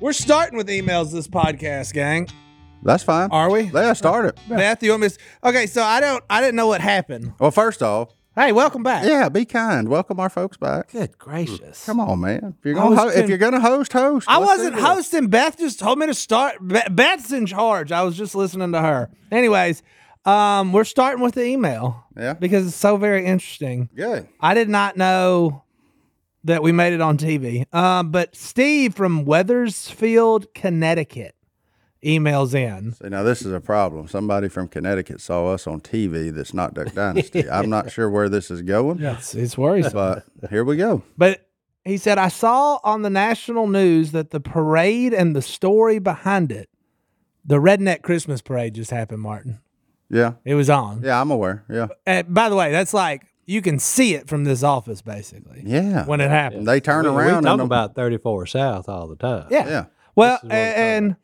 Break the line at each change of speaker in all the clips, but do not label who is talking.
We're starting with emails this podcast, gang.
That's fine.
Are we?
Yeah, start it.
Matthew, I miss. Okay, so I don't. I didn't know what happened.
Well, first off,
Hey, welcome back.
yeah, be kind. Welcome our folks back.
Good gracious.
Come on, man. If you're
I
gonna,
was
ho- if
kidding.
you're gonna host, host.
I
Let's
wasn't
do it.
hosting. Beth just told me to start. Be- Beth's in charge. I was just listening to her. Anyways, um, we're starting with the email.
Yeah.
Because it's so very interesting.
Good.
I did not know that we made it on TV. Um, but Steve from Weathersfield, Connecticut, emails in.
See, now this is a problem. Somebody from Connecticut saw us on TV. That's not Duck Dynasty. I'm not sure where this is going,
It's, it's worrisome.
but here we go.
But he said, I saw on the national news that the parade and the story behind it, the Redneck Christmas Parade just happened, Martin.
Yeah.
It was on.
Yeah, I'm aware. Yeah.
And by the way, that's like, you can see it from this office, basically.
Yeah.
When it happened.
they turn
We-
around.
We
and
talk
the-
about 34 South all the time.
Yeah.
Yeah.
Well,
This is what I'm talking
and,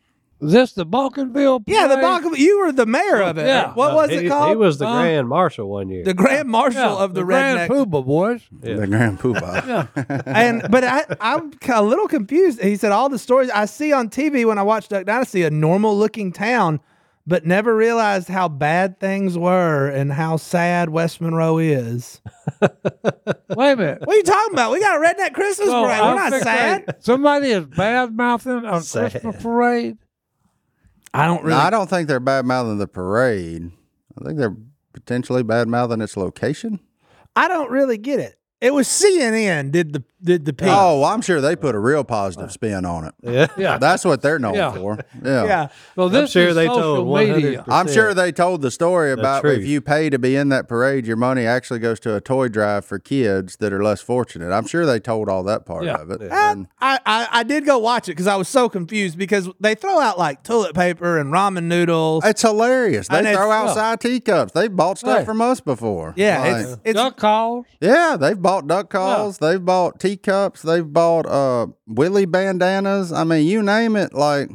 Is this the Balkanville?
yeah, the
parade?
Balkan, you were the mayor of it.
Yeah.
What
Uh,
was
he,
it called? Uh,
He was the
Huh?
grand marshal one year.
the grand marshal
Yeah,
of the,
Grand
redneck.
Poobah boys.
The Grand Poobah.
and but I, I'm ki- a little confused. He said all the stories I see on TV when I watch Duck Dynasty, a normal looking town, but never realized how bad things were and how sad West Monroe is.
Wait a minute.
What are you talking about? We got a redneck Christmas
So
parade.
I'm
We're not
fixated-
sad.
Somebody is bad mouthing on Christmas parade.
I don't
No, I don't think they're bad mouthing the parade. I think they're potentially bad mouthing its location.
I don't really get it. It was CNN did the did the piece.
Oh, I'm sure they put a real positive spin on it.
yeah.
Yeah.
That's what they're known
Yeah.
for. Yeah.
yeah.
So
I'm
this
sure
is
they
social
told 100
media.
I'm sure they told the story about if
truth.
you pay to be in that parade, your money actually goes to a toy drive for kids that are less fortunate. I'm sure they told all that part
Yeah.
of it.
Uh,
And-
I, I, I did go watch it because I was so confused because they throw out like toilet paper and ramen noodles.
it's hilarious. They
And it's-
throw outside teacups. They've bought stuff
Right.
from us before.
yeah,
Like-
it's, it's
Duck calls.
Yeah, they've bought duck calls, they've bought teacups, they've bought uh willy bandanas. I mean, you name it. Like,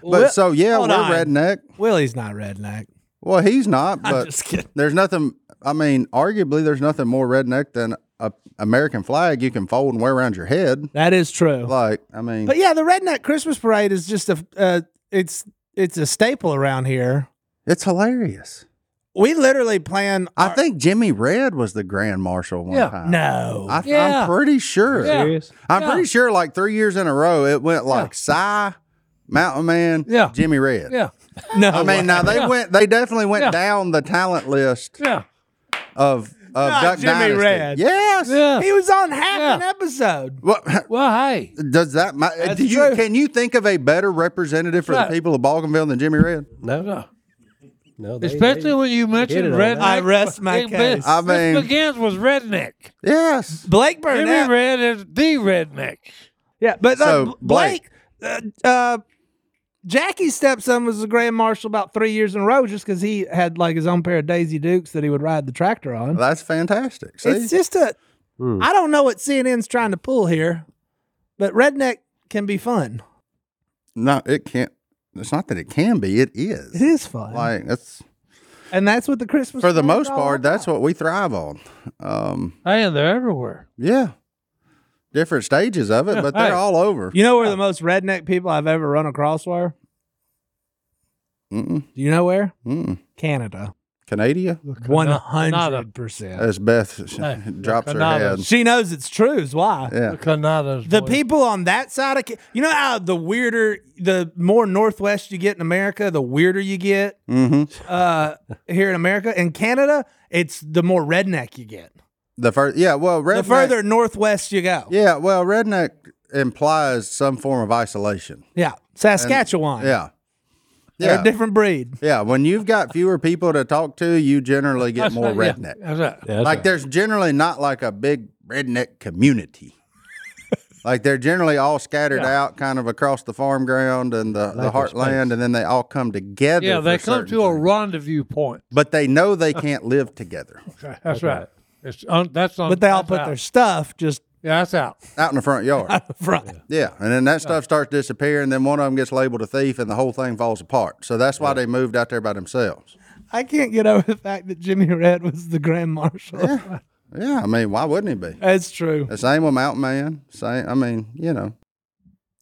but
Well,
so yeah, we're
hold on.
redneck.
Willie's not redneck.
Well, he's not,
I'm
but
just kidding.
there's nothing. I mean, arguably, there's nothing more redneck than a American flag you can fold and wear around your head.
That is true.
Like, I mean,
But yeah, the redneck Christmas parade is just a uh, it's it's a staple around here.
it's hilarious.
We literally plan.
I
our-
think Jimmy Red was the grand marshal one
Yeah.
time.
no.
I,
Yeah.
I'm pretty sure.
Yeah.
Serious?
I'm
Yeah.
pretty sure. Like three years in a row, it went like Cy, Mountain Man,
Yeah.
Jimmy Red.
Yeah.
no.
I mean, now they
Yeah.
went. They definitely went
Yeah.
down the talent list
Yeah.
of of
Not
Duck
Jimmy
Dynasty.
Red.
Yes.
Yeah.
he was on half
Yeah.
an episode.
What?
Well, hey.
Does that ma- uh,
That's
do you
true.
can you think of a better representative for
Right.
the people of Balkanville than Jimmy Red?
No.
Yeah.
No. they-
Especially
they-
when you mentioned
it on
redneck.
that. I
rest my
It be-
case.
I mean-
this begins with redneck.
Yes.
Blake
Jimmy
Burnett.
Red is the redneck.
Yeah, but uh,
So,
Bl- Blake, uh, uh, Jackie's stepson was the grand marshal about three years in a row just because he had like his own pair of Daisy Dukes that he would ride the tractor on.
That's fantastic. See? Hmm.
It's just a. I don't know what CNN's trying to pull here, but redneck can be fun.
no, it can't it's not that it can be, it
It
is.
is fun,
Like that's
and that's what the Christmas.
for the
parade is
most
all
part, that's
about.
what we thrive on. Um
Hey, and they're everywhere.
yeah. Different stages of it, but they're
Hey.
all over.
you know where the most redneck people I've ever run across were.
Mm-mm,
Do you know where?
mm-mm.
Canada.
Hmm. Canada?
One
Not a
hundred.
percent.
As Beth sh-
Hey,
drops her head.
Canada.
She knows it's true. Is why.
Yeah.
Canada's
The
voice.
people on that side of Ca- you know how the weirder the more northwest you get in America, the weirder you get
Mm-hmm.
uh, here in America. In Canada, it's the more redneck you get.
The first, yeah, well, redneck,
The further northwest you go,
yeah, well, redneck implies some form of isolation.
yeah, Saskatchewan,
Yeah,
they're
yeah,
a different breed.
yeah. When you've got fewer people to talk to, you generally get more
Yeah,
redneck.
that's right.
Yeah, that's
Like
right.
there's generally not like a big redneck community. like they're generally all scattered out, kind of across the farm ground and the, the
their
heartland,
space.
and then they all come together.
Yeah,
for
they come
certain
to a
things.
rendezvous point.
but they know they can't live together
That's, right. It's un, that's un,
But they all
that's
put
out.
their stuff just
yeah, that's out.
out in the front yard.
front.
Yeah, and then that stuff starts disappearing. Then one of them gets labeled a thief, and the whole thing falls apart. So that's why they moved out there by themselves.
I can't get over the fact that Jimmy Red was the grand marshal.
Yeah, I mean, why wouldn't he be?
That's true.
The same with Mountain Man. Same. I mean, you know,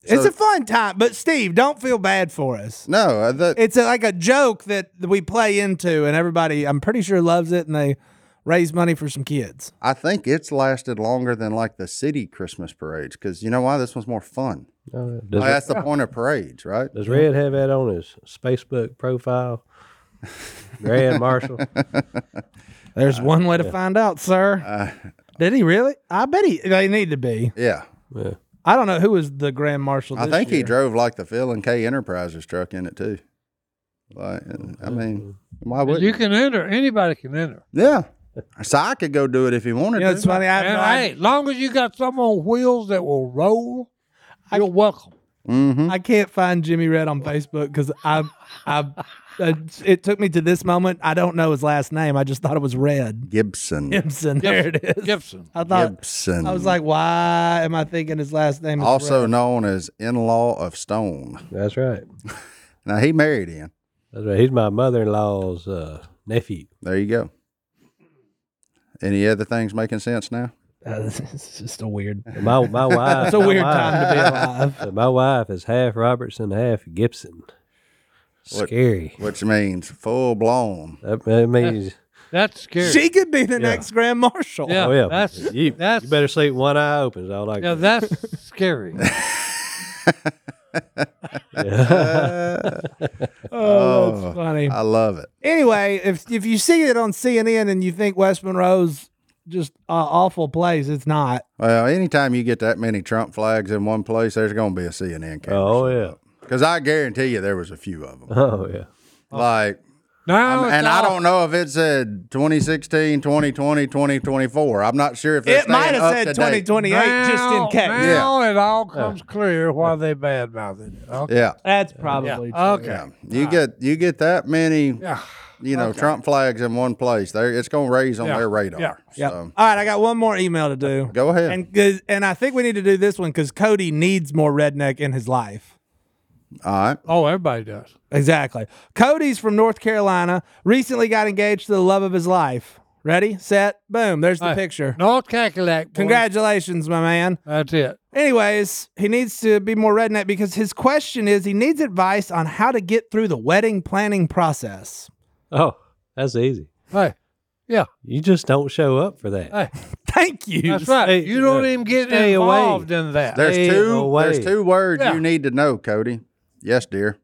it's a fun time, but Steve, don't feel bad for us.
no, uh, the,
It's a, like a joke that we play into, and everybody, I'm pretty sure, loves it, and they raise money for some kids.
I think it's lasted longer than like the city Christmas parades because you know why this one's more fun.
Uh,
Like,
does,
that's the point of parades, right?
does Red have that on his Facebook profile? Grand Marshal.
There's
Uh,
one way to find out, sir. Did he really? I bet he. They need to be.
Yeah,
I don't know who was the grand marshal.
I
this
think he
year.
drove like the Phil and K Enterprises truck in it too. Like, I mean, why would
You can enter. Anybody can enter.
Yeah, so I could go do it if he wanted
You know,
to.
it's funny. I, have
And
no
hey,
idea.
long as you got some on wheels that will roll, you're welcome.
Mm-hmm.
I can't find Jimmy Red on Facebook because I, I, uh, it took me to this moment. I don't know his last name. I just thought it was Red
Gibson.
Gibson. There it is.
Gibson.
I thought.
Gibson.
I was like, why am I thinking his last name? Is
also
Red?
known as in-law of Stone.
That's right.
Now he married in.
That's right. He's my mother-in-law's uh, nephew.
There you go. Any other things making sense now?
Uh, this is just a weird.
My my wife.
It's a
my
weird
wife-
time to be alive.
Uh, My wife is half Robertson, half Gibson.
What-
Scary.
Which means full blown.
That, that means.
That's scary.
She could be the next grand marshal.
Yeah.
oh yeah.
that's-
you,
that's-
you better sleep one eye open. Is all I
yeah,
can.
that's scary.
Oh, that's funny.
I love it.
anyway, if if you see it on CNN and you think West Monroe's just an awful place, it's not.
Well, anytime you get that many Trump flags in one place, there's going to be a CNN camera.
Oh yeah.
Because I guarantee you there was a few of
Uh-huh.
them.
Oh yeah.
Like,
Now
I'm-
it's
and I
all-
don't know if it said 2016, 2020, 2024. I'm not sure if they're
It might
staying
have
up
said
to date.
2028 just in
now-
case.
Now it all comes clear why they bad mouthed it. Okay.
Yeah.
That's probably
Okay.
Yeah. You get you get that many
Yeah.
you know, Trump flags in one place. There, it's going to raise on
Yeah.
their radar.
Yeah.
Yep.
So, Uh,
All right, I got one more email to do.
Go ahead.
And 'cause- and I think we need to do this one because Cody needs more redneck in his life.
all right.
Oh, everybody does.
Exactly. Cody's from North Carolina. Recently got engaged to the love of his life. Ready, set, boom. There's the
Hey,
picture.
North Cackalack. boy.
Congratulations, my man.
That's it.
Anyways, he needs to be more redneck because his question is he needs advice on how to get through the wedding planning process.
Oh, that's easy.
Hey, yeah.
You just don't show up for that.
Hey,
Thank you.
that's right.
stay-
you don't
look,
even get
stay away.
involved in that.
There's
Stay
two.
away.
There's two words
Yeah.
you need to know, Cody. Yes, dear.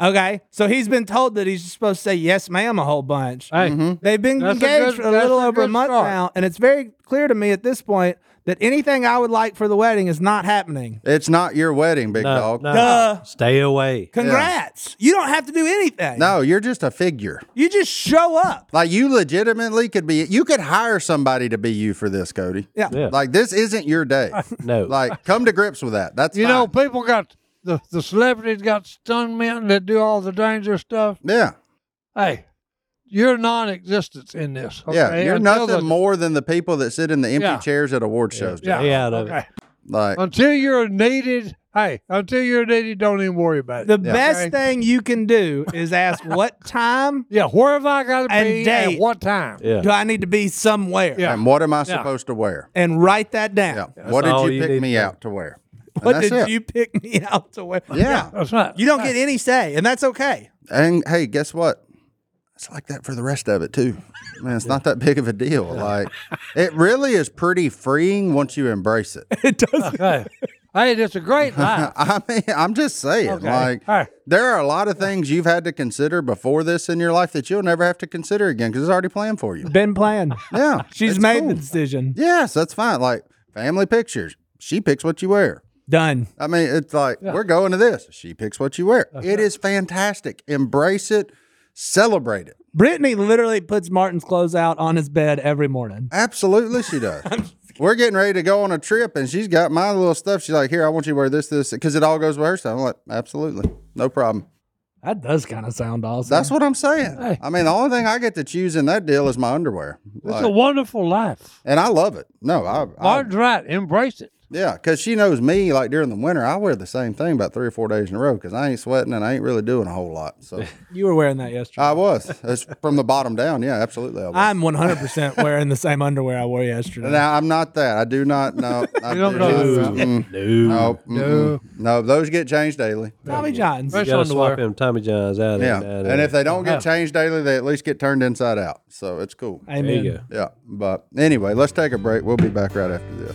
Okay. So he's been told that he's supposed to say yes, ma'am, a whole bunch.
Hey,
Mm-hmm.
They've been
That's a
engaged
good-
for a
that's
little
a
over a
good
month
start.
now, and it's very clear to me at this point that anything I would like for the wedding is not happening.
It's not your wedding, big
No,
dog.
no.
No.
Duh.
Stay away.
Congrats. You don't have to do anything.
you're just a figure.
You just show up.
Like you legitimately could be. You could hire somebody to be you for this, Cody.
Yeah.
Yeah.
Like this isn't your day.
No.
Like come to grips with that. That's
you
fine.
know, people got the, the celebrities got stuntmen that do all the dangerous stuff.
Yeah.
Hey, you're non existence in this. Okay?
Yeah. You're
Until
nothing
the-
more than the people that sit in the empty
Yeah.
chairs at award shows.
Yeah.
Stay out of it.
okay.
Like
Until you're needed. Hey, until you're needed, don't even worry about it.
The best
Okay?
thing you can do is ask what time
Yeah, where have I got to
And
be
date.
at what time?
Yeah.
do I need to be somewhere?
Yeah.
and what am I
Yeah.
supposed to wear?
And write that down.
Yeah. what did
all
you
you
pick
need
me
to know.
out to wear? And
What
that's
did
it.
you pick me out to wear?
Yeah.
That's right.
You don't get any say, and that's okay.
And hey, guess what? it's like that for the rest of it too. Man, it's not that big of a deal. Like it really is pretty freeing once you embrace it.
It does.
Hey, hey, it's a great life.
I mean, I'm just saying,
Okay.
like,
All right.
there are a lot of things you've had to consider before this in your life that you'll never have to consider again because it's already planned for you.
Been planned.
Yeah.
She's
it's
made
cool.
the decision.
Yes, that's fine. Like, family pictures. She picks what you wear.
Done.
I mean, it's like, we're going to this. She picks what you wear. It is fantastic. Embrace it, celebrate it.
Brittany literally puts Martin's clothes out on his bed every morning.
Absolutely, she does. We're getting ready to go on a trip, and she's got my little stuff. She's like, "Here, I want you to wear this, this, because it all goes with her stuff." I'm like, "Absolutely, no problem."
That does kind of sound awesome.
That's what I'm saying. I mean, the only thing I get to choose in that deal is my underwear,
It's
Like,
a wonderful life.
and I love it. No, I, I
Martin's right. Embrace it.
yeah, because she knows me. Like during the winter, I wear the same thing about three or four days in a row because I ain't sweating and I ain't really doing a whole lot. So
you were wearing that yesterday.
I was it's from the bottom down. Yeah, absolutely.
Oh.
I
I'm
was.
100% wearing the same underwear I wore yesterday.
now I'm not that. I do not. No, I
You don't
do
know
not-
that.
mm, No, no, no. Those get changed daily.
Tommy John's.
You
Fresh
gotta swap
underwear.
them Tommy Johns out.
Yeah,
and,
and if they don't get changed daily, they at least get turned inside out. So it's cool.
there
Amen.
you go.
Yeah, but anyway, let's take a break. We'll be back right after this.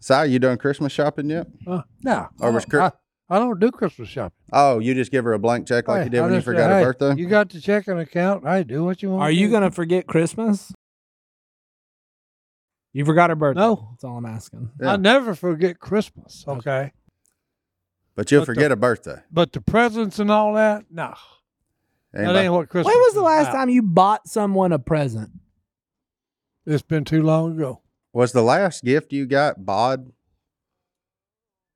Si, you done Christmas shopping yet?
Uh, no.
Or was
I,
Chris-
I, I don't do Christmas shopping.
Oh, you just give her a blank check like
Hey,
you did
I
when you
just say,
forgot
hey,
her birthday?
You got the checking account. Hey, do what you want.
Are
to
you
do.
going to forget Christmas? You forgot her birthday.
No.
That's all I'm asking.
Yeah.
I never forget Christmas. Okay.
but you'll
What the-
forget a birthday.
But the presents and all that, no. That
Anybody-
ain't what Christmas
When was the
is
last
about.
time you bought someone a present?
It's been too long ago.
Was the last gift you got bod?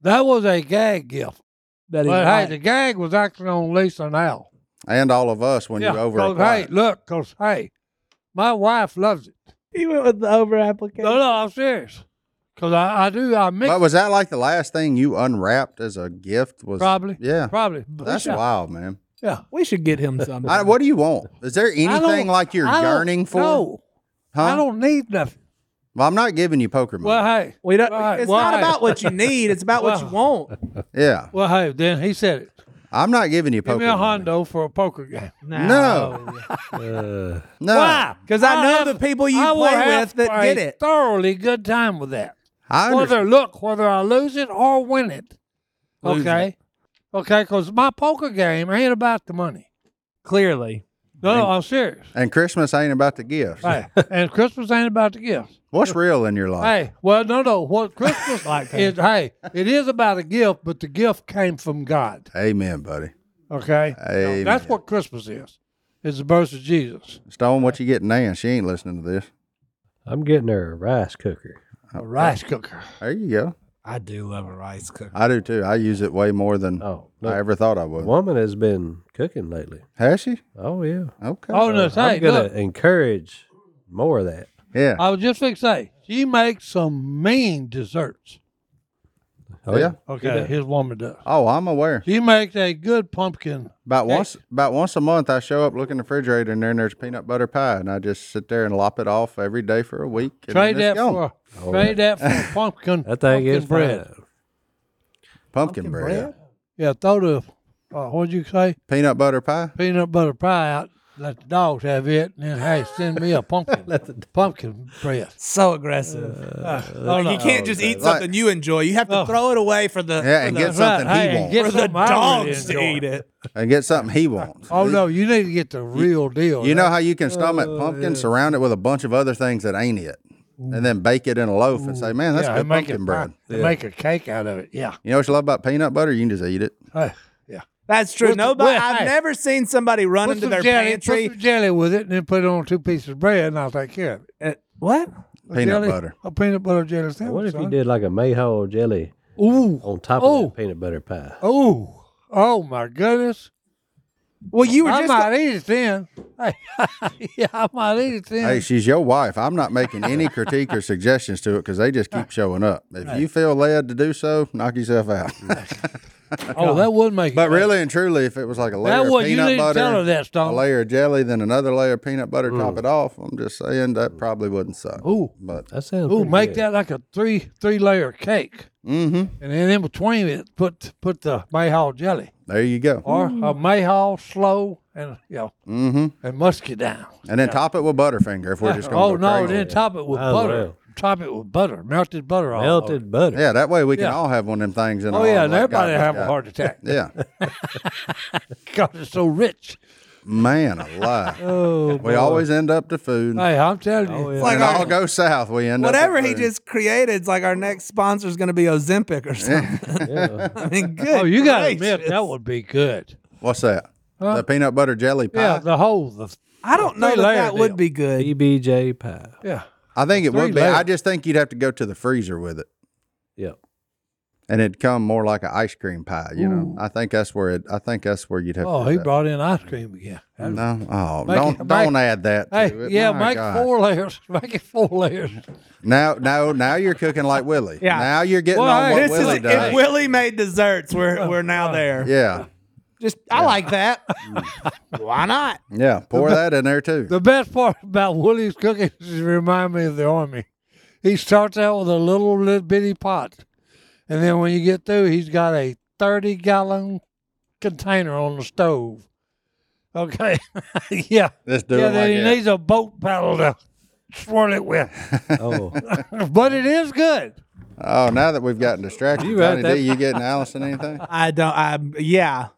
That was a gag gift.
That he
But hey,
liked?
the gag was actually on Lisa and Al.
And all of us when you over
'cause, hey,
applied.
look, because, hey, my wife loves it.
He went with the over application.
No, no, I'm serious. Because I, I do, I mix
But was that like the last thing you unwrapped as a gift? Was
Probably.
Yeah.
Probably. But
That's
yeah,
wild, man.
Yeah.
We should get him something.
I, what do you want? Is there
I
anything
don't-
like you're
I don't-
yearning for?
No.
Huh?
I don't need nothing.
Well, I'm not giving you poker money.
Well, hey.
we don't,
Well, hey,
it's
well,
not
hey.
about what you need. It's about what you want.
yeah.
Well, hey, then he said it.
I'm not giving you
Give
poker
me a
money.
Hondo for a poker game.
No.
Uh,
No.
Why?
Because I
I'll
know
have-
the people you
I will
play
have
with that
a
get it.
Thoroughly good time with that.
I
Whether
understand.
look, whether I lose it or win it.
Lose
okay. Okay, because my poker game ain't about the money.
Clearly.
No, no, I'm serious.
And Christmas ain't about the gifts.
hey, and Christmas ain't about the gifts.
What's real in your life?
Hey, well, no, no. What Christmas
Oh. Like
is, hey, it is about a gift, but the gift came from God.
Amen, buddy.
Okay,
Amen.
that's what Christmas is. It's the birth of Jesus.
Stone, what you getting now? She ain't listening to this.
I'm getting her a rice cooker.
A rice cooker.
There you go.
I do love a rice cooker.
I do too. I use it way more than
Oh,
I
look,
ever thought I
the
would.
woman has been cooking lately.
Has she?
Oh yeah.
Okay.
Oh no,
I'm
hey,
gonna
look,
encourage more of that.
yeah.
I was just going to say she makes some mean desserts.
Oh
Yeah.
Okay, his woman does.
Oh, I'm aware.
She makes a good pumpkin.
About once, about once a month, I show up, look in the refrigerator, and then there's peanut butter pie, and I just sit there and lop it off every day for a week. And
Trade
then
that
it's gone.
for trade that for pumpkin.
That thing
pumpkin
is
bread.
fine.
pumpkin, bread.
Yeah, throw the uh, what'd you say?
peanut butter pie.
peanut butter pie out. Let the dogs have it, and then hey, send me a pumpkin, pumpkin bread.
So aggressive.
Oh, no.
you can't just eat
Like-
something you enjoy. You have to throw it away for the,
Yeah, and
for the,
get something
Right, hey,
he
oh. and
wants,
get
for the
something I really
dogs to
enjoy.
eat it.
and get something he wants.
Oh no, Oh, you need to get the real deal.
You know how you can stomach pumpkin, surround it with a bunch of other things that ain't it, and then bake it in a loaf and say, "Man, that's
yeah,
good
make
pumpkin
it,
bread."
they Make a cake out of it. Yeah,
You know what you love about peanut butter? You can just eat it.
Hey, yeah.
That's true.
What's the-
Nobody,
what-
I've
hey.
never seen somebody run
Put
into
some
their
jelly,
pantry.
put some jelly with it, and then put it on two pieces of bread, and I'll take care of it.
Uh, what?
A
Peanut
jelly-
butter.
a peanut butter jelly
I
sandwich.
wonder if you
son.
did like a mayhaw jelly
Ooh,
on top
Oh.
of that peanut butter pie.
ooh, Oh my goodness!
Well, you were
I
just.
might eat it then. Hey, yeah, I might eat it then.
Hey, she's your wife. I'm not making any critique or suggestions to it because they just keep showing up. If you feel led to do so, knock yourself out.
oh, that would make.
But
it better.
really and truly, if it was like a layer
what-
of
you
peanut
didn't
butter,
tell her that, Stone.
a layer of jelly, then another layer of peanut butter, top it off. I'm just saying that probably wouldn't suck.
Ooh.
but
That sounds.
Ooh,
pretty
make
good.
that like a three three layer cake,
mhm.
and then in between it, put put the mayhaw jelly
there you go.
or a mayhaw slow and you know
Mhm.
and muscadine.
And then top it with Butterfinger if we're just going.
Oh no!
crazy.
Then top it with
Oh,
butter.
well.
Top it with butter, melted butter. all over.
melted butter.
Yeah, that way we can
Yeah.
all have one of them things in.
Oh
our
yeah,
arm
and
like
everybody
God
have
got.
a heart attack
Yeah,
because it's so rich.
man alive.
Oh,
we always end up to food.
Hey, I'm telling you.
yeah.
Like
and
our-
all go south. We end
Whatever
up
he
with food.
just created, it's like our next sponsor is going to be Ozempic or something. I mean, good.
Oh, you got to
gracious.
admit that would be good.
What's that? The peanut butter jelly pie.
Yeah, the whole the
I don't know that
Three-layer
that would
deal.
be good.
BBJ pie.
yeah.
I think it would
three
be. I
layers.
just think you'd have to go to the freezer with it.
Yep.
and it'd come more like an ice cream pie. You know, I think that's where it. I think that's where you'd have.
Oh,
to
he
do that.
brought in ice cream again. That-
No, oh,
Make
don't
it- make-
don't add that. To
Hey,
it.
yeah,
My
make
God.
four layers. Make it four layers.
Now, now, now you're cooking like Willie.
Yeah.
Now you're getting
Well,
on
hey,
what
This
Willie
is
does.
if Willie made desserts, we're we're now there.
yeah,
Just I like that. Why not?
yeah. Pour that in there too.
The best part about Willie's cooking is it remind me of the army. He starts out with a little little bitty pot, and then when you get through, he's got a thirty gallon container on the stove. Okay, yeah,
Let's do
yeah.
it
Then he
like
needs a boat paddle to swirl it with.
Oh,
but it is good.
that. Oh, now that we've gotten distracted,
You had
Johnny D,
that-
you getting Allison anything?
I don't. I yeah.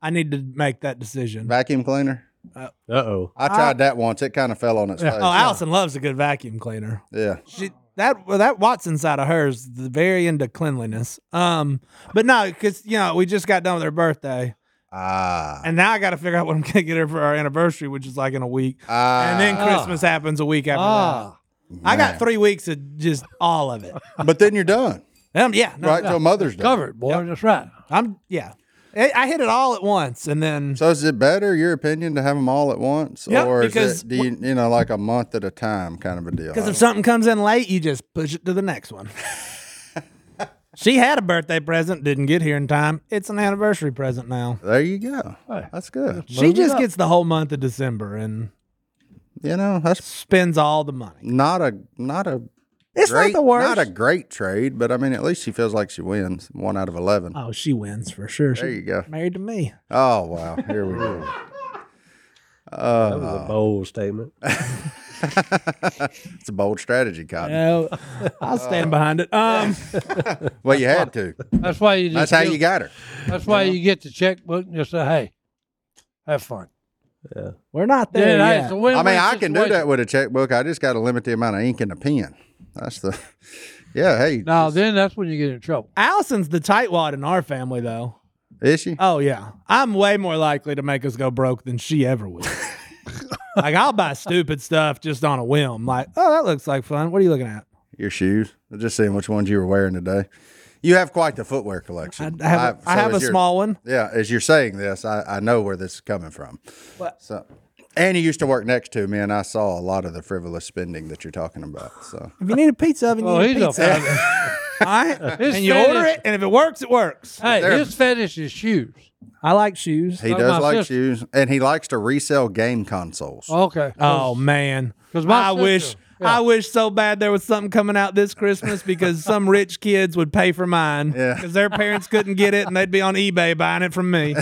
I need to make that decision.
Vacuum cleaner.
uh oh.
I tried that once. It kind of fell on its face.
Oh, Allison loves a good vacuum cleaner.
yeah.
She that well, that Watson side of hers is very into cleanliness. Um, but no, because you know we just got done with her birthday,
Ah.
and now I got to figure out what I'm gonna get her for our anniversary, which is like in a week,
Ah.
and then Christmas happens a week after
Ah,
that. I got three weeks of just all of it.
but then you're done,
Um, yeah, no,
right? Till Mother's Day.
covered, boy. That's right.
I'm yeah. I, I hit it all at once, and then
So is it better, your opinion, to have them all at once,
Yeah,
or
because
is it, do you, you know like a month at a time kind of a deal?
Because if something comes in late, you just push it to the next one. she had a birthday present, didn't get here in time. It's an anniversary present now.
there you go. That's good.
she just gets the whole month of December and
You know that's
spends all the money.
not a not a
It's
great
not the worst.
not a great trade, but I mean at least she feels like she wins one out of eleven.
oh, she wins for sure.
There
She's
you go.
married to me.
Oh wow, here we go.
That was a bold statement.
It's a bold strategy, Cotton.
No, I'll stand behind it. Um,
Well, you had to.
That's why you. Just
That's how
give-
you got her.
That's why you get the checkbook and just say, "Hey, have fun."
we're not there
Yeah, hey,
yet.
it's a win-win
I mean, I can do
situation.
that with a checkbook. I just got to limit the amount of ink in a pen. That's the. Yeah. Hey,
Now, then that's when you get in trouble.
Allison's the tightwad in our family, though.
is she?
Oh yeah, I'm way more likely to make us go broke than she ever will. like I'll buy stupid stuff just on a whim. Like, oh, that looks like fun. What are you looking at?
your shoes. I'm just seeing which ones you were wearing today. You have quite the footwear collection.
I have,
so
I have a
as you're-
small one.
Yeah, as you're saying this, I, I know where this is coming from. So, and he used to work next to me, and I saw a lot of the frivolous spending that you're talking about. So,
If you need a pizza oven, you
Oh,
need
he's
a
a
pizza oven.
fetish.
All right,
His
and you
fetish-
order it, and if it works, it works.
Hey, his fetish is shoes.
I like shoes.
he
Like
does
my
like
sister.
shoes, and he likes to resell game consoles.
Okay.
Oh man,
'Cause
I
my sister-
wish
yeah.
I wish so bad there was something coming out this Christmas because some rich kids would pay for mine
Yeah.
because their parents couldn't get it and they'd be on eBay buying it from me.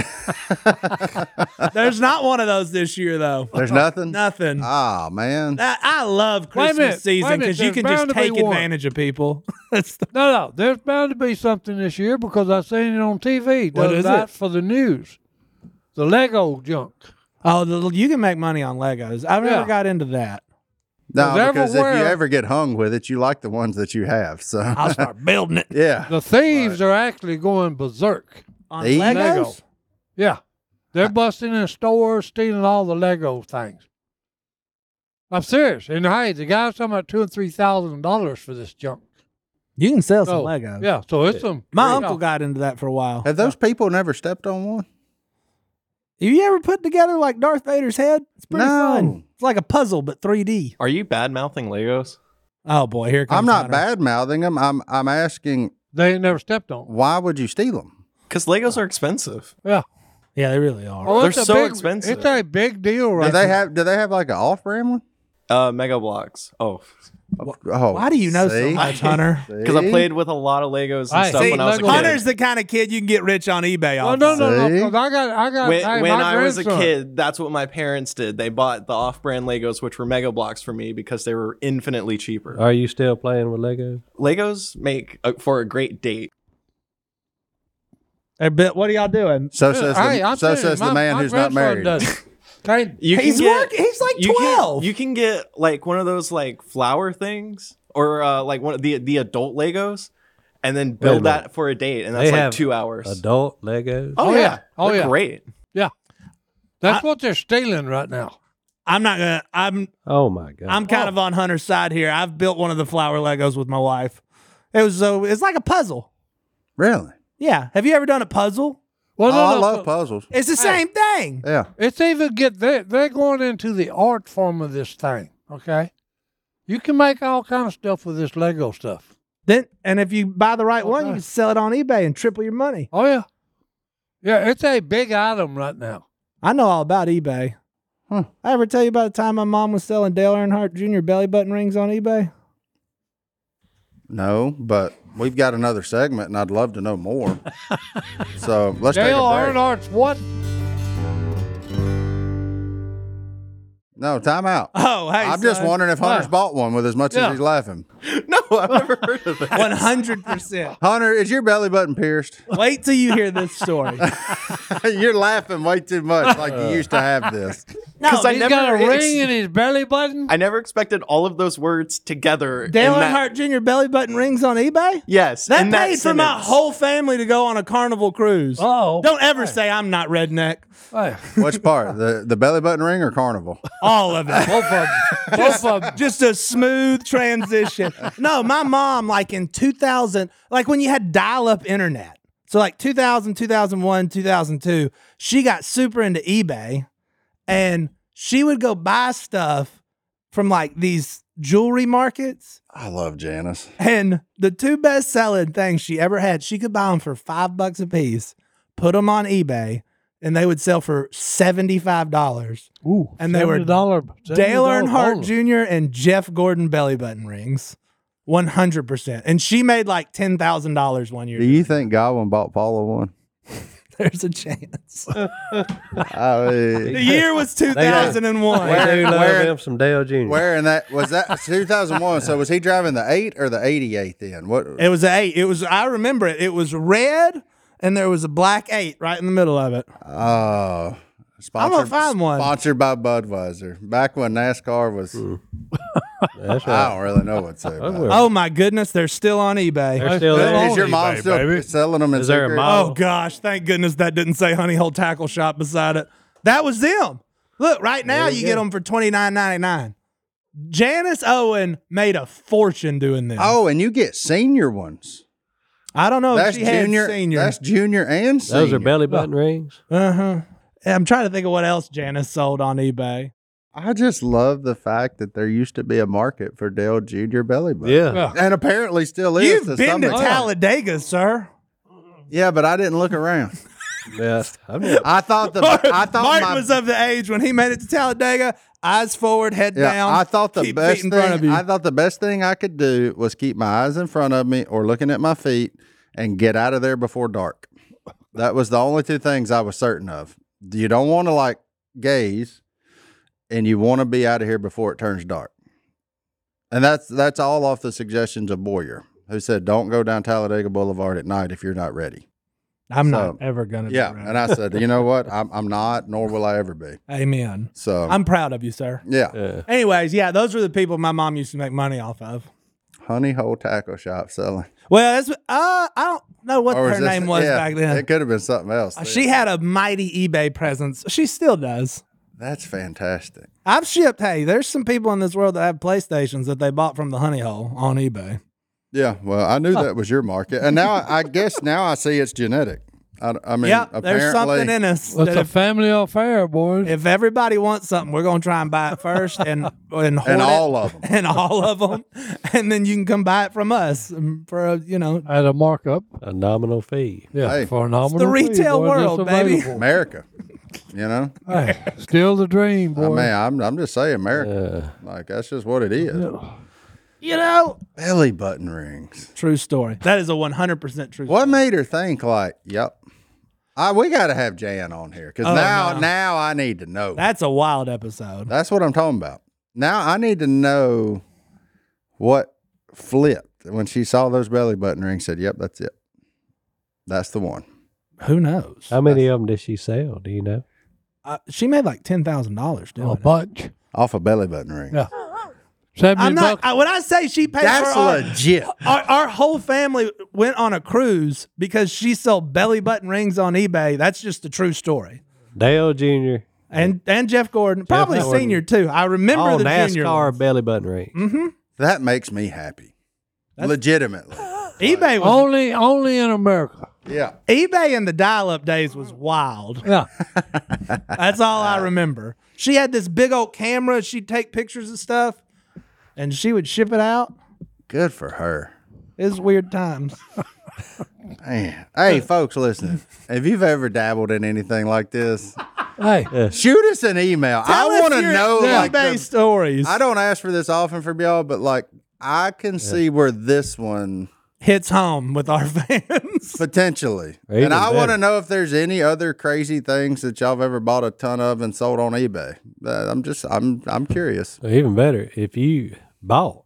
There's not one of those this year though.
There's nothing.
Nothing.
Ah, man.
I, I love
Wait a
Christmas
minute, wait
season
a minute,
because you
there's
can just
bound to be
take
one.
advantage of people. That's the,
No, no, there's bound to be something this year because I seen it on TV. the
What
other
is
night
it?
for the news? The Lego junk.
oh, the, you can make money on Legos. I've never
Yeah.
got into that.
No,
There's
because if you
everywhere.
ever get hung with it, you like the ones that you have. So,
I'll start building it
yeah.
The thieves are actually going berserk.
on
These
Legos.
Lego. Yeah, they're busting in stores, stealing all the Lego things. I'm serious. And hey, the guy's talking about two and three thousand dollars for this junk.
You can sell some
So,
Legos.
Oh, Yeah, so it's some.
My
great
uncle
op-
got into that for a while.
Have those people never stepped on one?
Have you ever put together like Darth Vader's head? It's pretty
No.
fun. It's like a puzzle, but 3D.
Are you bad mouthing Legos?
Oh boy, here comes.
I'm not
Hunter.
bad mouthing them. I'm I'm asking
They ain't never stepped on.
why would you steal them?
Because Legos are expensive.
Yeah.
Yeah, they really are.
Oh,
They're
it's a
so
big-
expensive.
It's a big deal
Do
right
they
now.
have do they have like an off brand one?
Uh, Mega Blocks. Oh,
Oh,
Why do you know so
see?
much, Hunter?
because I
See?
played with a lot of Legos and
I
stuff
see
when I was a
Legos.
kid.
Hunter's the kind of kid you can get rich on eBay
Well,
off.
no,
of.
no, no.
See?
'cause I got, I got.
when,
hey,
when
my
I was a
grandson-
kid, that's what my parents did. They bought the off-brand Legos, which were Mega Blocks for me because they were infinitely cheaper.
Are you still playing with Legos?
Legos make uh for a great date.
Hey, Bill, what are y'all doing?
So says the,
Hey, I'm
so
telling you,
says the
my-
man
my
who's not
grandson
married.
does it. Hey,
You
He's
can get,
work- he's like
you can-
12.
you can get like one of those like flower things, or uh, like one of the the adult Legos, and then build
minute.
that for a date, and
They
that's like
have
two hours.
Adult Legos.
Oh,
Oh,
yeah.
yeah. Oh,
They're
yeah.
Great.
that's what they're stealing right now.
I'm not gonna. I'm
Oh my god.
I'm kind of on Hunter's side here. I've built one of the flower Legos with my wife. It was so it's like a puzzle.
Really?
Yeah. Have you ever done a puzzle?
Well,
Oh,
no,
I
no,
love
so-
puzzles.
It's the same thing.
Yeah.
It's even get they they're going into the art form of this thing. Okay, you can make all kind of stuff with this Lego stuff.
Then and if you buy the right one, you
Okay.
can sell it on eBay and triple your money.
Oh yeah, yeah. It's a big item right now.
I know all about eBay.
Huh.
I ever tell you about the time my mom was selling Dale Earnhardt Jr. belly button rings on eBay?
No, but we've got another segment, and I'd love to know more. so let's take
Dale
a break.
Earnhardt's what?
No, time out.
Oh, hey,
I'm just wondering if Hunter's bought one with as much
Yeah.
as he's laughing.
No, I've never heard of that.
One hundred percent.
Hunter, is your belly button pierced?
Wait till you hear this story.
You're laughing way too much, like you used to have this.
Because I
He's got
never
a
ex-
ring in his belly button.
I never expected all of those words together.
Dale
in that-
Earnhardt Jr. belly button rings on eBay.
Yes.
That
in
paid
that
for my
sentence.
whole family to go on a carnival cruise.
Oh.
Don't ever say I'm not redneck.
Hey,
Which part? The the belly button ring or carnival?
All of it.
both of 'em. both of 'em.
Just a smooth transition. No, my mom, like in 2000, like when you had dial up internet. So, like 2000, 2001, 2002, she got super into eBay and she would go buy stuff from like these jewelry markets.
I love Janice.
And the two best selling things she ever had, she could buy them for five bucks a piece, put them on eBay, and they would sell for $75.
Ooh,
And they were
dollar.
Dale Earnhardt Jr. and Jeff Gordon belly button rings. 100%. And she made like $10,000 one
Do
year.
you think Godwin bought Paula one?
There's a chance.
I mean,
The year was
They
2001.
do love
Where-
them some Dale Jr.
where in that was that 2001? So was he driving the eight or the 88 then? What?
It was a eight. It was, I remember it. It was red and there was a black eight right in the middle of it.
Oh,
I'm
sponsored,
gonna find one.
Sponsored by Budweiser. Back when NASCAR was,
Hmm. That's
I
right.
don't really know what to say. About it.
Oh my goodness. They're still on eBay.
They're still there.
Is your mom still selling them? In
Is there a
secret?
mom-
Oh
Oh.
gosh, thank goodness that didn't say Honey Hole Tackle Shop beside it. That was them. Look, right now you, get them for twenty nine ninety nine. Janice Owen made a fortune doing this.
Oh, and you get senior ones.
I don't know
that's
if Oh, she had
junior.
senior.
That's junior and senior.
Those are belly button rings.
uh huh. I'm trying to think of what else Janice sold on eBay.
I just love the fact that there used to be a market for Dale Junior belly button.
Yeah.
And apparently still is.
You've been
some
to
extent.
Talladega, sir.
Yeah, but I didn't look around.
Yeah. I've never-
I thought the I thought
Mark
my,
was of the age when he made it to Talladega. Eyes forward, head
Yeah,
down.
I thought the
keep
best
feet in front of
thing
you.
I thought the best thing I could do was keep my eyes in front of me or looking at my feet and get out of there before dark. That was the only two things I was certain of. You don't want to like gaze and you want to be out of here before it turns dark. And that's that's all off the suggestions of Boyer, who said don't go down Talladega Boulevard at night if you're not ready.
I'm
so-
not ever gonna.
Yeah,
do
and I said, you know what? I'm I'm not, nor will I ever be.
that. Amen.
So
I'm proud of you, sir.
yeah,
yeah.
Anyways, yeah, those were the people my mom used to make money off of.
honey hole tackle shop selling.
Well, that's uh, I don't know what
Or
her
this-
name was
yeah,
back then.
It could have been something else.
Uh, She had a mighty eBay presence. She still does.
That's fantastic.
I've shipped. Hey, there's some people in this world that have PlayStations that they bought from the honey hole on eBay.
Yeah, well, I knew that was your market, and now I guess now I see it's genetic. I, I mean,
yep,
apparently,
there's something in us.
It's
that
a
if,
family affair, boys.
if everybody wants something, we're gonna try and buy it first, and and, hoard it,
and all of them.
and all of them, and then you can come buy it from us um, for a, you know
at a markup.
A nominal fee.
Yeah,
Hey.
for a nominal
the
fee,
retail
boy, that's
world, baby.
available.
America, you know.
Hey, still the dream,
I
Oh,
boy.
mean, I'm I'm just saying America. Like that's just what it is.
you know
Belly button rings.
true story. That is a 100 percent true.
What made her think like, yep, I we got to have Jan on here because
Oh,
now
no.
now I need to know.
That's a wild episode.
That's what I'm talking about. Now I need to know what flipped when she saw those belly button rings. Said, "Yep, that's it. That's the one."
Who knows?
How many of them did she sell? Do you know?
Uh, she made like ten thousand dollars
Oh,
doing
a
it.
bunch.
Off a belly button ring.
Yeah. 70
I'm not.
bucks.
I, when I say she paid
That's
for all-
legit.
our, our whole family went on a cruise because she sold belly button rings on eBay. That's just a true story.
Dale Jr.
And and Jeff Gordon, probably
Gordon.
senior too. I remember
Oh,
All
the junior.
NASCAR
ones.
belly button ring.
That makes me happy. Legitimately.
eBay was
oh.
Only, only in America.
Yeah.
eBay in the dial-up days was wild.
Yeah.
That's all I remember. She had this big old camera. She'd take pictures of stuff, and she would ship it out.
Good for her.
It was weird times.
Man. Hey, folks, listen. If you've ever dabbled in anything like this,
Hey,
shoot us an email.
Tell
I
us
want to
your
know. Like,
eBay
the-
stories.
I don't ask for this often from y'all, but like, I can see where this one
hits home with our fans.
potentially.
Or even
and I want to
better.
know if there's any other crazy things that y'all have ever bought a ton of and sold on eBay. Uh, I'm just, I'm, I'm curious.
Or even better, if you bought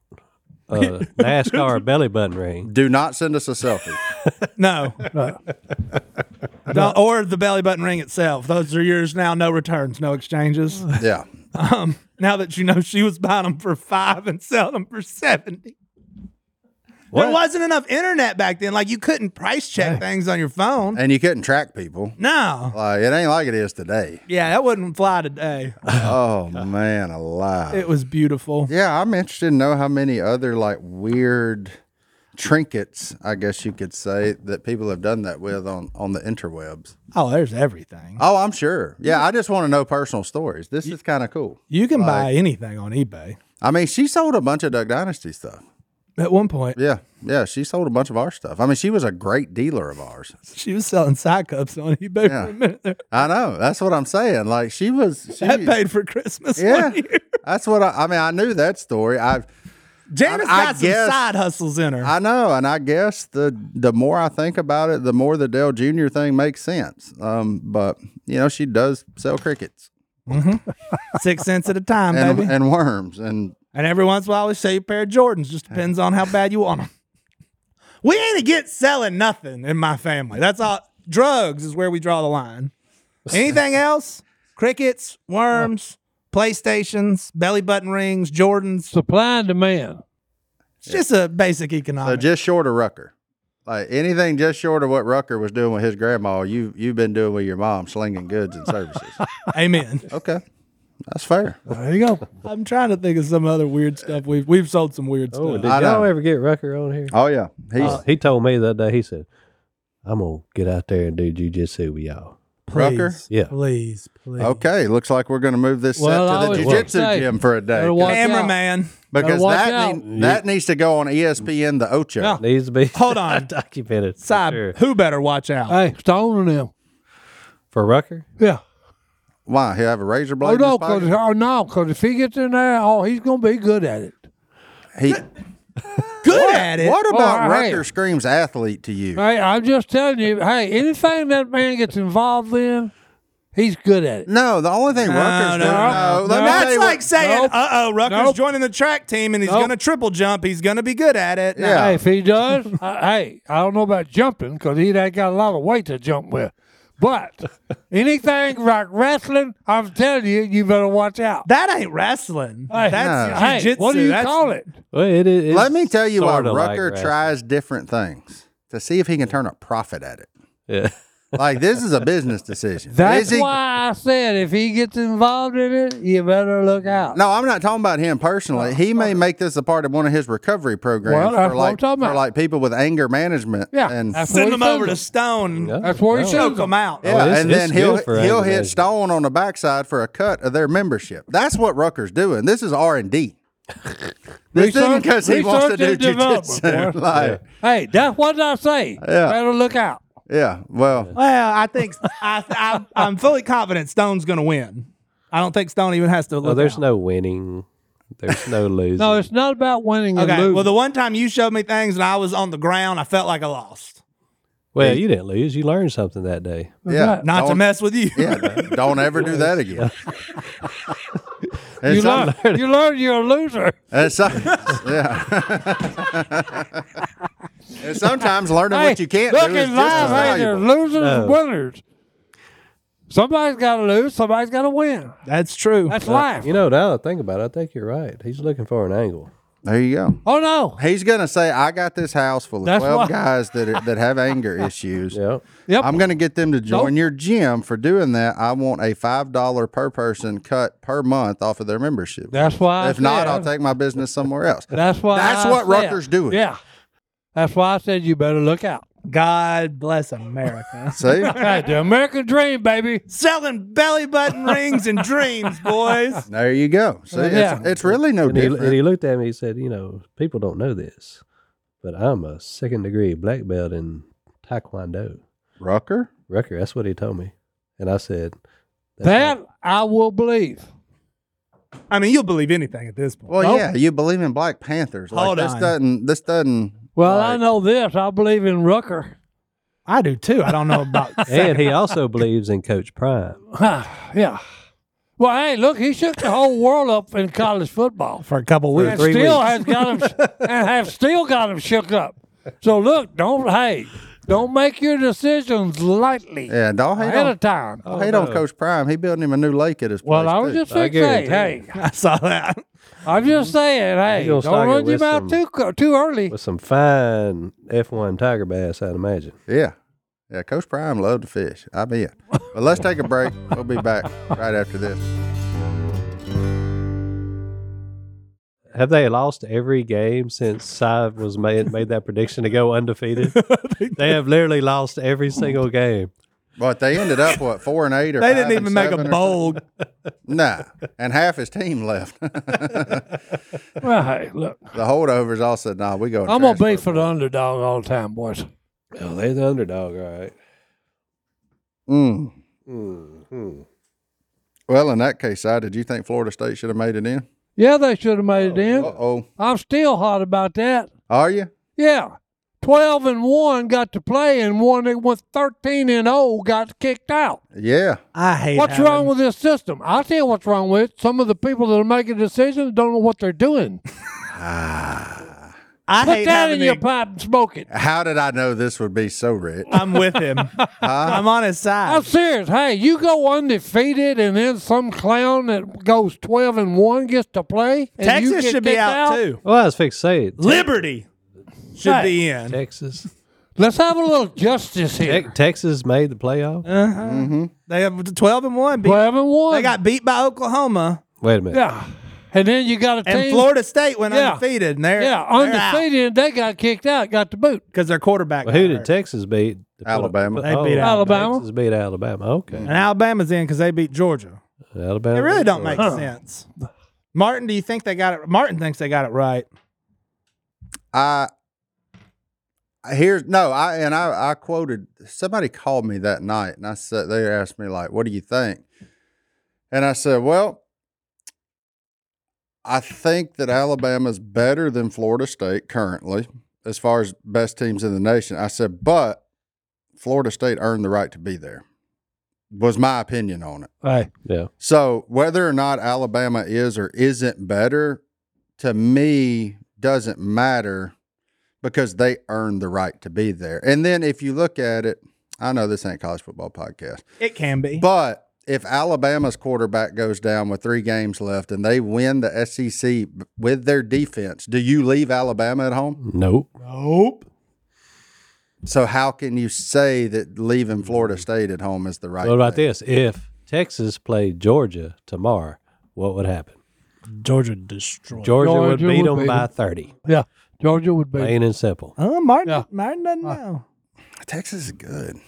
a NASCAR belly button ring.
Do not send us a selfie.
No. Don't- or the belly button ring itself. Those are yours now. No returns, no exchanges.
yeah.
Um, now that you know she was buying them for five and selling them for 70. There wasn't enough internet back then. Like you couldn't price check things on your phone.
And you couldn't track people.
No.
Like, it ain't like it is today.
Yeah, that wouldn't fly today.
Oh man, alive!
It was beautiful.
yeah, I'm interested to know how many other like weird trinkets, I guess you could say, that people have done that with on on the interwebs.
Oh, there's everything.
Oh, I'm sure. Yeah, I just want to know personal stories. This is kind of cool.
You can buy anything on eBay.
I mean, she sold a bunch of Duck Dynasty stuff.
At one point,
Yeah, yeah, she sold a bunch of our stuff. I mean, she was a great dealer of ours.
she was selling side cups on eBay
Yeah.
for a minute. there.
I know. That's what I'm saying. Like she was. She,
That paid for Christmas.
yeah,
One year.
that's what I, I mean. I knew that story. I've
Janice
I- I
got some
guess-
side hustles in her.
I know, and I guess the the more I think about it, the more the Dell Junior thing makes sense. Um, but you know, she does sell crickets
Six cents at a time,
and,
baby.
and worms, and
And every once in a while, we say a pair of Jordans. Just depends on how bad you want them. We ain't against selling nothing in my family. That's all. Drugs is where we draw the line. Anything else? Crickets, worms, PlayStations, belly button rings, Jordans.
supply and demand.
It's just a basic
so
economic.
just short of Rucker. Like anything just short of what Rucker was doing with his grandma, you you've been doing with your mom, slinging goods and services.
Amen.
okay, that's fair.
There you go.
I'm trying to think of some other weird stuff. We've we've sold some weird
Oh,
stuff.
did
I know.
y'all ever get Rucker on here?
Oh yeah, he's
Uh, he told me that day, he said, I'm going to get out there and do jujitsu with y'all.
Please,
Rucker?
Yeah.
Please, please.
okay. Looks like we're gonna move this
Well, I
set to
was
the
gonna
jujitsu
say,
gym for a day
gotta watch-
Cameraman.
because
gotta watch
that
out.
need, that needs to go on E ESPN the Ocho.
Yeah.
Needs to be
Hold on.
documented. for
Side,
sure.
who better watch out?
Hey, Stone and them.
For Rucker?
Yeah.
Why he have a razor blade?
Oh
in his
no,
pocket?
cause, oh no, 'cause if he gets in there, oh, he's gonna be good at it.
He,
Good at it.
What about
all right.
Rucker screams athlete to you?
Hey, I'm just telling you. Hey, anything that man gets involved in, he's good at it.
No, the only thing Rucker's
no,
doing.
no,
No, let me
no.
tell
That's
you
like
what-
saying,
Nope.
"Uh oh, Rucker's
Nope.
joining the track team and he's
Nope.
going to triple jump. He's going to be good at it." No.
Yeah.
Hey, if he does, I, hey, I don't know about jumping because he ain't got a lot of weight to jump with. But anything like wrestling, I'm telling you, you better watch out.
that ain't wrestling.
Hey,
That's
hey,
jiu-jitsu.
what do you
That's-
call it?
Well, it is. it's
let me tell you why
sorta like
Rucker
wrestling.
tries different things to see if he can turn a profit at it.
Yeah.
Like this is a business decision.
That's
Is he-
why I said if he gets involved in it, you better look out.
No, I'm not talking about him personally. He may make this a part of one of his recovery
Well,
programs
that's
for
what I'm
like
talking
for
about.
like people with anger management.
Yeah,
and
that's
Send
what
them
he
over to
says.
Stone.
No.
That's where he
Choke
shows
them out.
yeah,
it's-
and
it's
then he'll
good for
he'll
anger
hit
management.
Stone on the backside for a cut of their membership. That's what Rucker's doing. This is R and D. This isn't
Research-
because he wants to
research
do
and development,
jujitsu.
boy.
Like,
Hey, that's what I say.
Yeah.
Better look out.
yeah. well,
Well, I think I, I, I'm fully confident Stone's going to win. I don't think Stone even has to look.
No, Oh, there's
out.
no winning. There's no losing.
No, it's not about winning and
Okay.
losing.
Well, the one time you showed me things and I was on the ground, I felt like I lost.
well, you didn't lose. You learned something that day.
yeah.
Not to
Don't-
mess with you.
Yeah, don't ever do that again. And
you,
some-
learn, you learn you're a loser.
And so, yeah. and sometimes learning
Hey,
what you can't
look
do is
in
just
life,
as
hey, there's
valuable.
losers
No.
and winners. Somebody's got to lose. Somebody's got to win.
That's true.
That's life.
You know, now that I think about it, I think you're right. He's looking for an angle.
There you go.
oh no.
He's gonna say, "I got this house full of
That's
twelve
why-
guys that are, that have anger issues.
Yep.
Yep.
I'm gonna get them to join
Nope.
your gym for doing that. I want a five dollar per person cut per month off of their membership.
that's why. I
if not,
said-
I'll take my business somewhere else.
That's why.
That's
I
what
said-
Rucker's doing.
Yeah. That's why I said you better look out.
God bless America.
See,
Hey, the American dream, baby.
Selling belly button rings and dreams, boys.
there you go. See,
Uh, Yeah.
it's, it's really no
And he, and
different.
he looked at me. He said, "You know, people don't know this, but I'm a second degree black belt in Taekwondo."
Rucker,
Rucker, that's what he told me, and I said, "That's
That
right."
I will believe.
I mean, you'll believe anything at this point.
Well,
Nope.
yeah, you believe in Black Panthers. Like,
Hold
this
on.
doesn't. This doesn't.
Well, I
like-
know this. I believe in Rucker.
I do too. I don't know about.
And he also believes in Coach Prime.
Ah, yeah. Well, hey, look, he shook the whole world up in college football.
for a couple
And
weeks.
three
still
weeks.
has got him and have still got him shook up. So look, don't hey, don't make your decisions lightly
Yeah, don't hate
ahead
on,
of time.
don't hate on Coach Prime. He building him a new lake at his place.
Oh, well, I was
too.
just
Uh, I
fixing say, hey,
guarantee
I saw that.
I'm just saying, hey,
He gonna
don't
start it
run your
Mm-hmm. with
mouth
some-
too co- too early.
with some fine F1 Tiger bass, I'd imagine.
yeah, yeah. Coach Prime loved to fish. I bet. But let's take a break. We'll be back right after this.
Have they lost every game since Cy was made made that prediction to go undefeated? they have literally lost every single game.
But they ended up what four and eight or
They
five
didn't
and
even make a
seven or-
bowl.
Nah, and half his team left.
Well, hey, look,
the holdovers all said, "Nah, we go." to
I'm gonna
transfer
be for the
portal."
underdog all the time, boys.
Oh, they're the underdog, all right.
Mm.
Mm-hmm.
Well, in that case, I did you think Florida State should have made it in?
Yeah, they should have made it
Uh
in.
oh,
I'm still hot about that.
are you?
Yeah. 12 and 1 got to play, and one that went 13 and 0 got kicked out.
Yeah,
I hate.
What's wrong with this system? I'll tell you what's wrong with it. Some of the people that are making decisions don't know what they're doing.
I
Put
hate
that
having.
in your
A,
pipe and smoke it.
how did I know this would be so rich?
I'm with him. I'm on his
I'm
side.
serious. Hey, you go undefeated, and then some clown that goes 12 and 1 gets to play. And you
Texas
get
should be
kicked
out, too.
Well, I was fixed to say it.
Liberty should be in.
Texas.
Let's have a little justice here.
Te- Texas made the playoff.
Uh,
They have 12 and one. Beat.
12 and 1.
They got beat by Oklahoma.
Wait a minute.
yeah. And then you got a
And
team.
Florida State went
Yeah.
undefeated, and they're
Yeah, undefeated, and they got kicked out, got the boot.
because their quarterback.
Well,
got
who did
hurt.
Texas beat? To put-
Alabama.
They beat
Alabama.
Texas beat Alabama. Okay.
And Alabama's in because they beat Georgia.
Alabama.
It really
beat
don't make
Georgia.
sense. Martin, do you think they got it? Martin thinks they got it right.
I here's no, I and I, I quoted somebody called me that night and I said they asked me like, what do you think? And I said, Well, I think that Alabama's better than Florida State currently, as far as best teams in the nation. I said, but Florida State earned the right to be there. Was my opinion on it.
Right.
Yeah.
So whether or not Alabama is or isn't better, to me doesn't matter because they earned the right to be there. And then if you look at it, I know this ain't college football podcast,
It can be.
but if Alabama's quarterback goes down with three games left and they win the E SEC with their defense, do you leave Alabama at home?
Nope.
nope.
So how can you say that leaving Florida State at home is the right?
Mm-hmm. What about
thing?
this? If Texas played Georgia tomorrow, what would happen?
Georgia destroyed.
Georgia, would
Georgia
beat
would
them
beat
by
'em.
30.
Yeah, Georgia would be.
Plain and simple.
Oh, Martin,
Yeah.
Martin doesn't know.
Texas is good.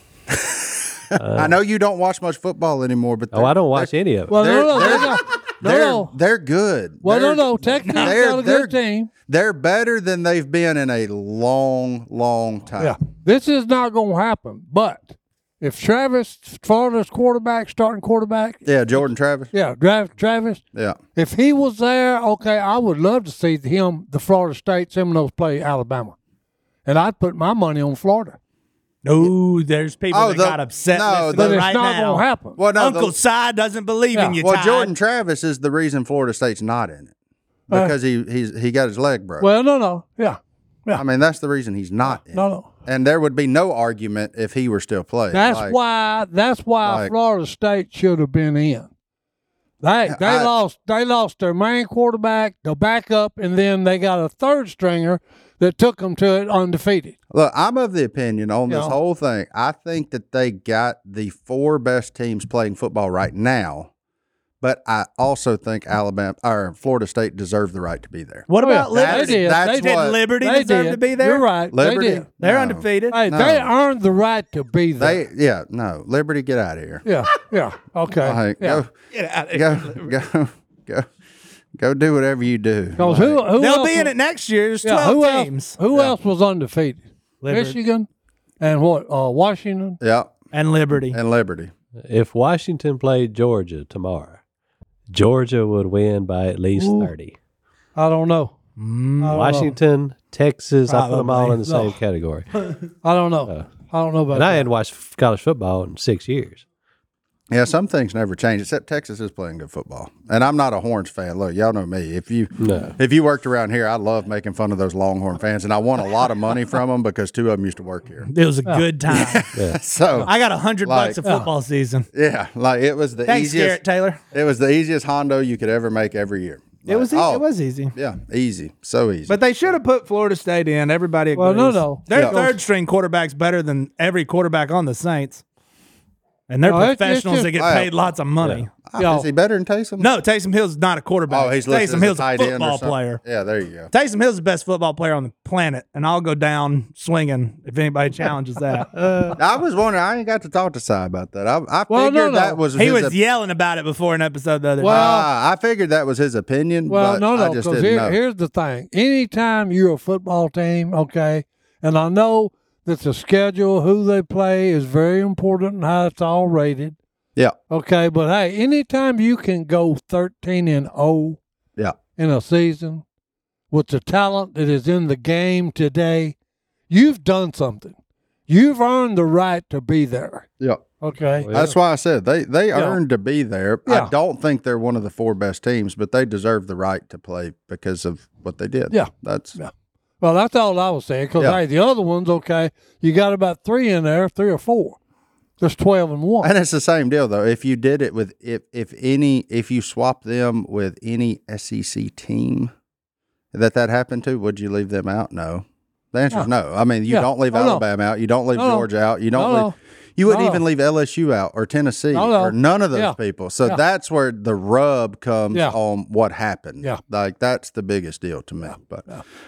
I know you don't watch much football anymore, but
Uh, Oh, I don't watch any of it.
Well,
They're-
no, no,
they're-
they're, not- no,
They're
no.
they're good.
Well,
they're,
no, no, Texas got
they're-
a
they're-
good team.
They're better than they've been in a long, long time.
Yeah, this is not going to happen. But if Travis, Florida's quarterback, starting quarterback,
Yeah, Jordan Travis.
yeah, Travis, Travis,
Yeah,
if he was there, okay, I would love to see him, the Florida State Seminoles play Alabama, and I'd put my money on Florida.
No, there's people
Oh,
that
the-
got upset
no,
listening
the-
But it's
right
not
now.
going to happen.
Oh,
Well, no, the-
Uncle Cy doesn't believe in
Yeah.
you,
well,
Todd.
Jordan Travis is the reason Florida State's not in it because he he's he got his leg broke.
Uh. Well, no, no, yeah,
I mean, that's the reason he's not in.
no,
it.
no.
And there would be no argument if he were still playing.
That's
Like,
why. That's why
like-
Florida State should have been in. They they
I-
lost. They lost their main quarterback, the backup, and then they got a third stringer that took them to it undefeated.
Look, I'm of the opinion on this
Yeah.
whole thing. I think that they got the four best teams playing football right now, but I also think Alabama or Florida State deserved the right to be there.
What
Oh, yeah.
about Liberty?
That's,
They did.
that's
Did
what
Liberty
they
deserve
did.
to be there?
You're right.
Liberty.
They did.
They're
No.
undefeated.
Hey,
No.
they earned the right to be there.
They yeah no Liberty get out of here.
yeah, yeah. Okay.
Like,
yeah.
go go go go go do whatever you do.
'Cause
Like,
who, who
They'll
else
be in
was-
it next year. There's
yeah,
12
who else-
teams.
who else was undefeated?
Liberty.
Michigan and what? Uh, Washington.
yeah,
And Liberty.
and Liberty.
If Washington played Georgia tomorrow, Georgia would win by at least 30.
I don't know. I don't know.
Washington, Texas, I put them all in the
Probably.
same category.
I don't know. I don't know about
And I
that.
hadn't watched f- college football in six years.
Yeah, some things never change. Except Texas is playing good football, and I'm not a Horns fan. Look, y'all know me. If you
No.
if you worked around here, I love making fun of those Longhorn fans, and I won a lot of money from them because two of them used to work here.
It was a good time.
So
I got a hundred
Like-
bucks of football season.
yeah, like it was the
Thanks, Garrett
easiest.
Taylor.
It was the easiest Hondo you could ever make every year.
It
Like,
was easy.
oh,
it was easy.
yeah, easy, so easy.
But they should have put Florida State in. Everybody agrees.
Well, no, no.
Their
Yeah.
third string quarterback's better than every quarterback on the Saints. And they're
No, Oh, it's- it's
professionals
just-
that get
Wow.
paid lots of money.
Ah, is he better than Taysom?
No, Taysom Hill's not a quarterback.
Oh, he's listed
Taysom
as
Hill's
a tight end or
football
something.
player.
Yeah, there you go.
Taysom Hill's the best football player on the planet, and I'll go down swinging if anybody challenges that.
Uh,
I was wondering. I ain't got to talk to Cy about that. I, I
Well,
figured
no, no.
that was
he
his
was
op-
yelling about it before an episode the other
Well,
day.
Ah, I figured that was his opinion.
Well,
but
no,
I
no,
just
because
didn't know.
here, here's the thing. Anytime you're a football team, okay, and I know that the schedule, who they play, is very important and how it's all rated,
yeah,
okay, but hey, anytime you can go 13 and 0
yeah.
in a season with the talent that is in the game today, you've done something. You've earned the right to be there,
Yeah.
okay?
That's why I said they they
Yeah.
earned to be there. I
Yeah.
don't think they're one of the four best teams, but they deserve the right to play because of what they did.
Yeah.
that's
Yeah. Well, that's all I was saying. Because
Yeah.
hey, the other ones, okay, you got about three in there, three or four. There's twelve and one.
and it's the same deal though. If you did it with if if any if you swap them with any SEC team that that happened to, would you leave them out? No, the answer is no. I mean, you
Yeah.
don't leave
Oh, no.
Alabama out. You don't leave
No, no.
Georgia out. You don't
No,
leave.
no.
You wouldn't
No, no.
even leave LSU out or Tennessee
No, no.
or none of those
Yeah.
people. So
Yeah.
that's where the rub comes
Yeah.
on what happened.
Yeah.
Like that's the biggest deal to me. But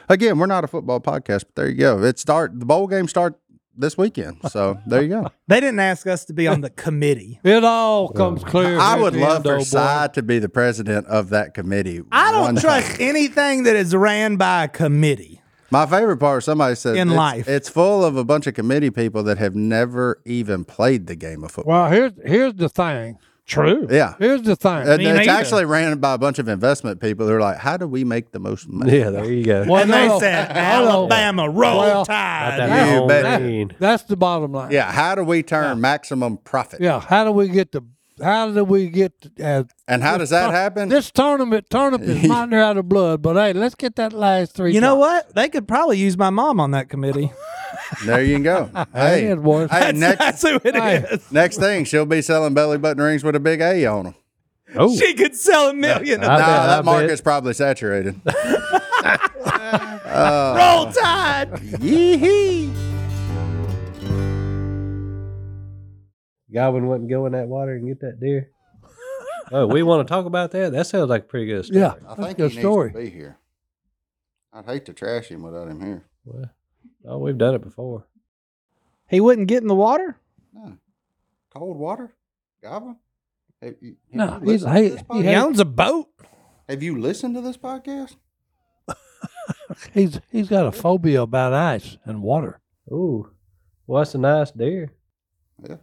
again, we're not a football podcast, but there you go. It start the bowl game start this weekend. So there you go.
they didn't ask us to be on the committee.
It all comes clear.
I
at
would
the
love
end,
for
old boy.
Cy to be the president of that committee.
I
one
don't
day.
trust anything that is ran by a committee.
My favorite part. Somebody said
In
it's,
life.
it's full of a bunch of committee people that have never even played the game of football.
Well, here's here's the thing.
True.
yeah,
Here's the thing.
And
Me
it's
neither.
actually ran by a bunch of investment people who are like, "How do we make the most money?"
Yeah, there you go.
Well,
and
no,
they
no.
said,
Hold on.
Alabama, roll
Well,
Got
tide.
that
You
on
bet.
green.
That's the bottom line.
Yeah, how do we turn maximum profit?
Yeah. How do we get the? How do we get? Uh,
And how does that happen?
this tournament turnip is not near out of blood, but hey, let's get that last three.
You know what? They could probably use my mom on that committee.
there you go. Hey,
it was.
hey next
That's who it
Hey.
is.
next thing, she'll be selling belly button rings with a big A on them.
Oh,
She could sell a million.
I
nah,
bet, I
that
bet.
market's probably saturated.
Roll tide.
Yee-hee.
Godwin wouldn't go in that water and get that deer. oh, we want to talk about that? That sounds like a pretty good story.
Yeah,
I
that's a
think he
good
needs
story.
to be here. I'd hate to trash him without him here.
Well, oh, we've done it before.
He wouldn't get in the water.
Cold water, Goblin. Have you, have
No,
you
he's-
listened
he-
to this
he
He
podcast?
owns a boat.
Have you listened to this podcast?
He's he's got a phobia about ice and water.
Ooh, well, that's a nice deer.
Yeah,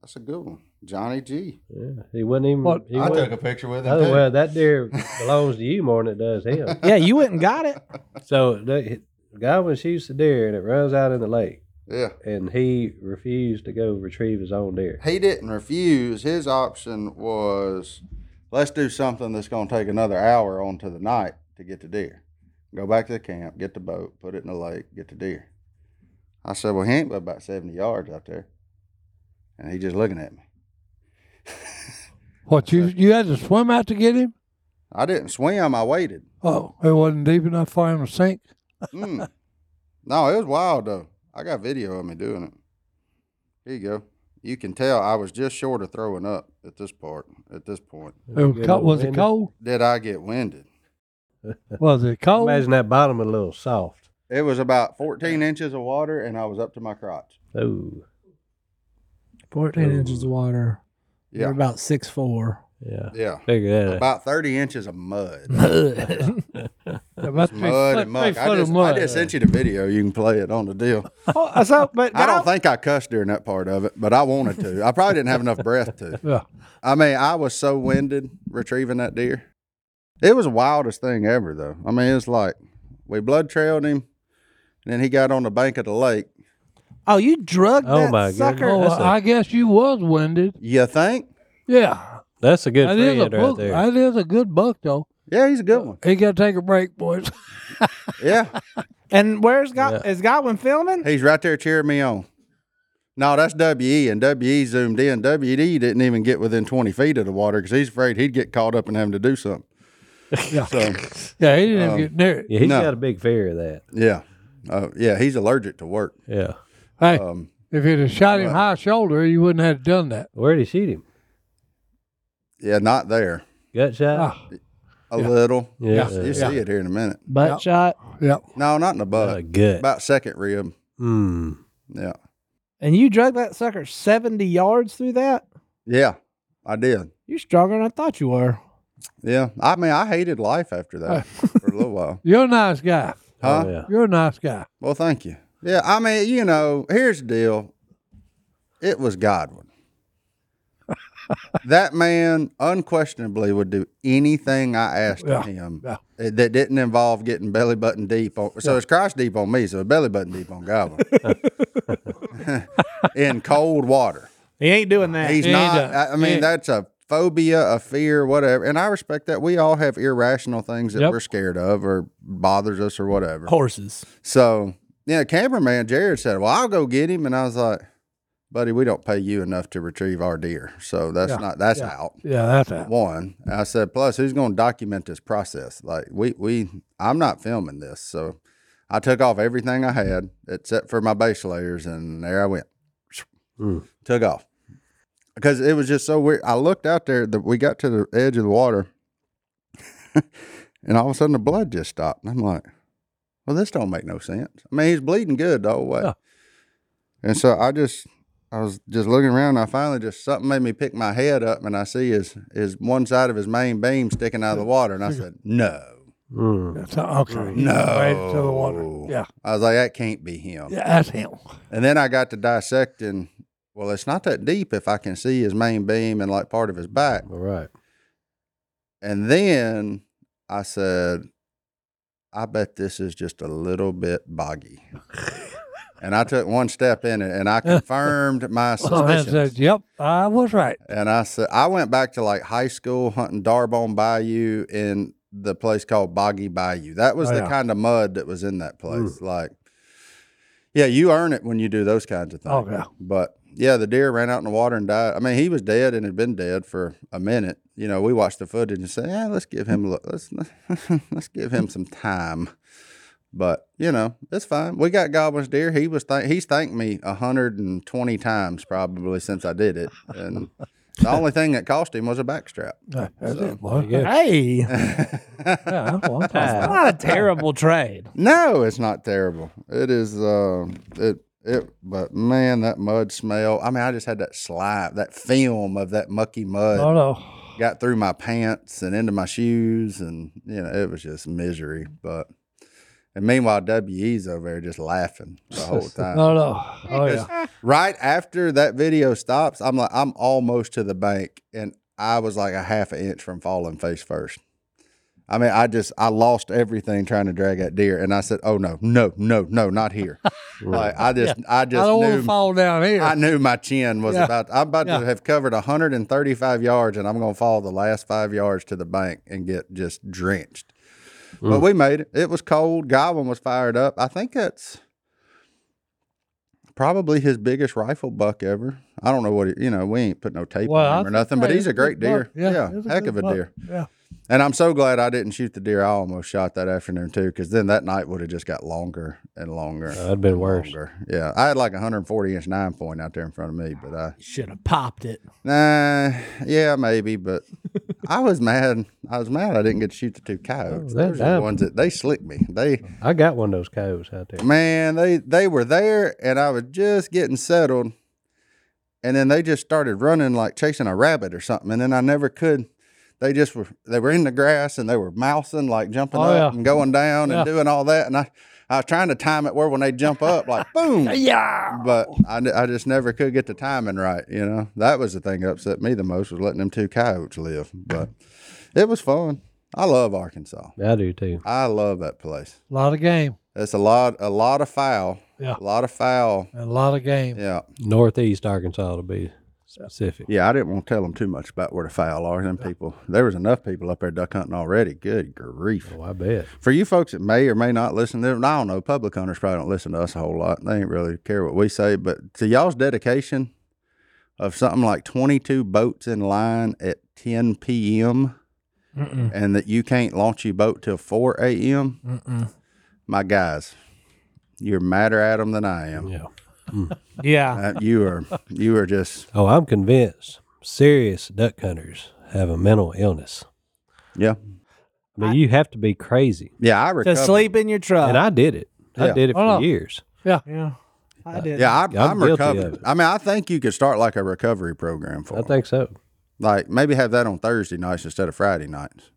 that's a good one, Johnny G.
Yeah, he wouldn't even.
What?
He
I
wouldn't-
took a picture with him.
Oh,
too.
well, that deer belongs to you more than it does him.
Yeah, you wouldn't got it.
So the the guy when shoots the deer and it runs out in the lake,
Yeah,
and he refused to go retrieve his own deer.
he didn't refuse. His option was, let's do something that's going to take another hour onto the night to get the deer. Go back to the camp, get the boat, put it in the lake, get the deer. I said, well, he ain't but about seventy yards out there, and he just looking at me.
What you you had to swim out to get him?
I didn't swim. I waited.
Oh, it wasn't deep enough for him to sink.
Mm. no, it was wild though. I got video of me doing it. Here you go. You can tell I was just short of throwing up at this part. At this point,
It was,
Good
co-
old
was it
Randy.
cold?
did I get winded?
Was it cold?
Imagine that bottom a little soft.
It was about 14 inches of water, and I was up to my crotch.
Ooh,
14 inches of water. You're
Yeah,
about six four.
yeah.
yeah.
Figure that out.
About 30 inches of mud,
It must be
mud and
three
muck. I
foot
just,
of mud.
I just sent you the video. You can play it on the deal.
Oh, so, but
I don't
God-
think I cussed during that part of it, but I wanted to. I probably didn't have enough breath to.
Yeah.
I mean, I was so winded retrieving that deer. It was the wildest thing ever, though. I mean, it's like we blood trailed him, and then he got on the bank of the lake.
oh, you drugged
Oh,
that
my
sucker.
goodness.
Oh,
That's a-
I guess you was winded.
You think?
Yeah,
That's a good
that is a
friend right
book.
there.
That is a good buck though.
Yeah, he's a good one.
He got to take a break, boys.
Yeah,
And where's God?
Yeah.
Is Godwin filming?
he's right there cheering me on. No, that's WE, and WE zoomed in. WE didn't even get within 20 feet of the water because he's afraid he'd get caught up and having to do something.
Yeah.
So,
Yeah, he
Um,
didn't even get near it.
Yeah, he's
No.
got a big fear of that.
yeah. Uh, yeah, he's allergic to work.
Yeah.
Hey,
Um,
if he'd have shot him high shoulder, you wouldn't have done that.
Where'd he shoot him?
yeah, not there.
Gut shot?
Ah,
A little.
yeah.
You see it here in a minute.
Butt shot.
yeah.
No, not in the
Uh,
butt.
gut.
About second rib.
Mm.
Yeah.
And you drugged that sucker 70 yards through that?
Yeah, I did.
You're stronger than I thought you were.
Yeah. I mean, I hated life after that for a little while.
You're a nice guy.
Huh?
Oh, yeah.
You're a nice guy.
Well, thank you. Yeah. I mean, you know, here's the deal it was Godwin. that man unquestionably would do anything I asked of him
yeah.
that that didn't involve getting belly button deep on. So it's crotch deep on me, so it's belly button deep on Godwin in cold water.
He ain't doing that.
He's
He
not.
does.
I, I mean,
He-
that's a phobia, a fear, whatever. And I respect that. We all have irrational things that
Yep.
we're scared of or bothers us or whatever.
Horses.
So, yeah, cameraman Jared said, "Well, I'll go get him," and I was like, "Buddy, we don't pay you enough to retrieve our deer, so that's not that's out."
Yeah, that's that.
One, And I said, plus, who's going to document this process? Like, we, we, I'm not filming this. So I took off everything I had except for my base layers, and there I went.
Mm.
Took off because it was just so weird. I looked out there, that we got to the edge of the water, and all of a sudden the blood just stopped. And I'm like, well, this don't make no sense. I mean, he's bleeding good the whole way.
Yeah.
And so I just, I was just looking around. And I finally just something made me pick my head up, and I see his his one side of his main beam sticking out of the water, and I said, "No,
Mm.
That's okay.
no."
Right to the water. Yeah.
I was like, "That can't be him."
Yeah, that's him.
And then I got to dissecting. Well, it's not that deep if I can see his main beam and like part of his back.
All right.
And then I said, I bet this is just a little bit boggy. and I took one step in it and I confirmed my
Oh, that's
suspicions.
it. yep, I was right.
And I said, I went back to like high school hunting Darbon Bayou in the place called Boggy Bayou. That was
Oh,
the
yeah. Mm.
kind of mud that was in that place. Like, yeah, you earn it when you do those kinds of things.
Oh, yeah.
But yeah, the deer ran out in the water and died. I mean, he was dead and had been dead for a minute. You know, we watched the footage and said, "Yeah, let's give him a look. Let's let's give him some time." But you know, it's fine. We got Goblin's deer. He was thank he's thanked me hundred and twenty times probably since I did it, and the only thing that cost him was a backstrap.
That's
So-
it, boy.
Hey, yeah, that's what I'm talking about. not a terrible trade.
No, it's not terrible. It is uh it it but man, that mud smell. I mean, I just had that slime, that film of that mucky mud
Oh no.
got through my pants and into my shoes and you know, it was just misery. But and meanwhile WE's over there just laughing the whole time.
No no. Oh yeah.
Right after that video stops, I'm like I'm almost to the bank and I was like a half an inch from falling face first. I mean, I just I lost everything trying to drag that deer, and I said, "Oh no, no, no, no, not here!" like I just, I
I
just
don't want to
knew,
fall down here.
I knew my chin was
Yeah.
about. I'm about
Yeah.
to have covered 135 yards, and I'm going to fall the last five yards to the bank and get just drenched. But we made it. It was cold. Goblin was fired up. I think that's probably his biggest rifle buck ever. I don't know what it, you know. We ain't put no tape
Well, I
on him or
think,
nothing, but
hey,
he's a
it's good
great deer.
buck.
Yeah,
it's
heck
good
of a
buck.
deer.
Yeah.
And I'm so glad I didn't shoot the deer I almost shot that afternoon too, because then that night would have just got longer and longer.
Uh, that'd been
and
worse.
Longer. Yeah, I had like a 140 inch nine point out there in front of me, but I
Should have popped it.
nah, yeah, maybe, but I was mad. I was mad I didn't get to shoot the two coyotes.
Oh, that
Those are the
happened.
ones that they slicked me. They
I got one of those coyotes out there.
man, they they were there, and I was just getting settled, and then they just started running like chasing a rabbit or something, and then I never could. They just were they were in the grass and they were mousing like jumping
Oh,
up
yeah.
and going down
Yeah.
and doing all that, and I I was trying to time it where when they jump up like boom.
Yeah.
But I, n- I just never could get the timing right, you know. That was the thing that upset me the most was letting them two coyotes live. But it was fun. I love Arkansas.
I do too.
I love that place.
A lot of game.
It's a lot, a lot of foul.
Yeah.
A lot of foul.
A lot of game.
Yeah.
Northeast Arkansas to be specific.
Yeah. I didn't want to tell them too much about where the foul are. Them people, there was enough people up there duck hunting already. Good grief.
Oh, I bet.
For you folks that may or may not listen, there- I don't know. Public hunters probably don't listen to us a whole lot. They ain't really care what we say. But to y'all's dedication of something like 22 boats in line at 10 p.m. and that you can't launch your boat till 4 a.m. My guys, you're madder at them than I am.
Yeah.
Yeah.
Uh, you are you are just
Oh, I'm convinced serious duck hunters have a mental illness.
yeah
I mean, you have to be crazy.
yeah I
To
recovered.
sleep in your truck.
And I did it. I
Uh, Yeah.
did it for
Oh, no.
years.
yeah. I did.
Yeah, I, I'm,
Yeah, I'm guilty of
recovered.
it.
I mean, I think you could start like a recovery program for
I
'em.
think so.
like maybe have that on Thursday nights instead of Friday nights.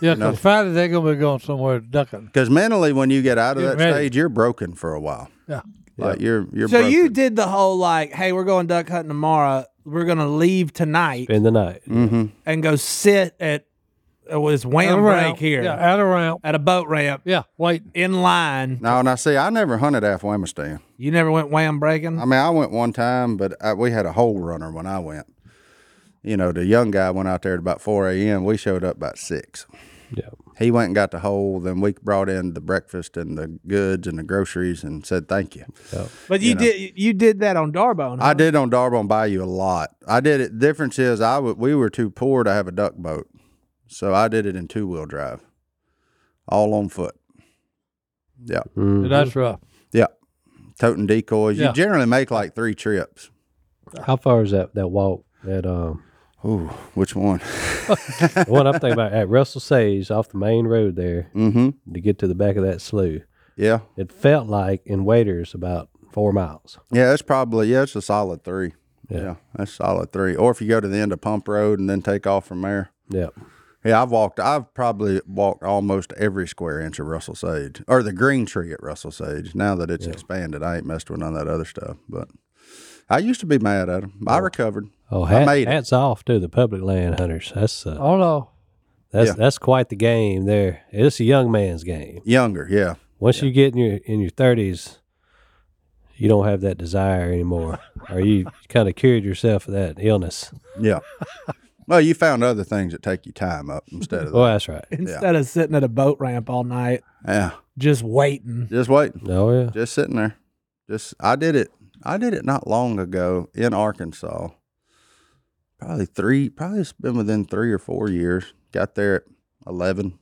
Yeah, 'cause Friday they're gonna be going somewhere ducking.
Because mentally, when you get out of
Get
that
ready.
stage, you're broken for a while.
Yeah.
Like you're you're.
So you
broken.
did the whole like, hey, we're going duck hunting tomorrow. We're gonna leave tonight
In the night.
Mm.
and go sit at uh, it was wham break here
Yeah, at a ramp.
at a boat ramp
Yeah, waiting.
in line.
No, and I see. I never hunted Afghanistan.
You never went wham breaking.
I mean, I went one time, but I, we had a hole runner when I went. You know, the young guy went out there at about 4 a.m. We showed up about 6.
Yeah.
He went and got the hole. Then we brought in the breakfast and the goods and the groceries and said thank you.
but you, did you did that on Darbone.
I did on Darbon Bayou a lot. I did it. Difference is, I w- we were too poor to have a duck boat, so I did it in two wheel drive, all on foot. Yeah,
Mm.
That's rough.
yeah. Toting decoys.
Yeah.
You generally make like three trips.
How far is that that walk at um
Ooh, which one?
the one I'm thinking about at Russell Sage off the main road there
mm-hmm.
to get to the back of that slough?
Yeah.
It felt like in Waiters about four miles.
Yeah, that's probably yeah, it's a solid three.
Yeah.
Yeah. that's solid three. Or if you go to the end of Pump Road and then take off from there.
Yeah.
Yeah, I've walked. I've probably walked almost every square inch of Russell Sage or the Green Tree at Russell Sage. Now that it's expanded, I ain't messed with none of that other stuff. But I used to be mad at him. I recovered.
Oh, hat,
made it.
hats off to the public land hunters. That's uh,
Oh no.
that's
yeah.
that's quite the game there. It's a young man's game.
Younger, yeah,
Once you get in your in your thirties, you don't have that desire anymore, or you kind of cured yourself of that illness.
yeah. well, you found other things that take your time up instead of that.
Oh, that's right.
Instead of sitting at a boat ramp all night,
Yeah,
just waiting.
just waiting,
Oh yeah.
just sitting there. Just I did it. I did it not long ago in Arkansas. Probably three. Probably it's been within three or four years. Got there at eleven.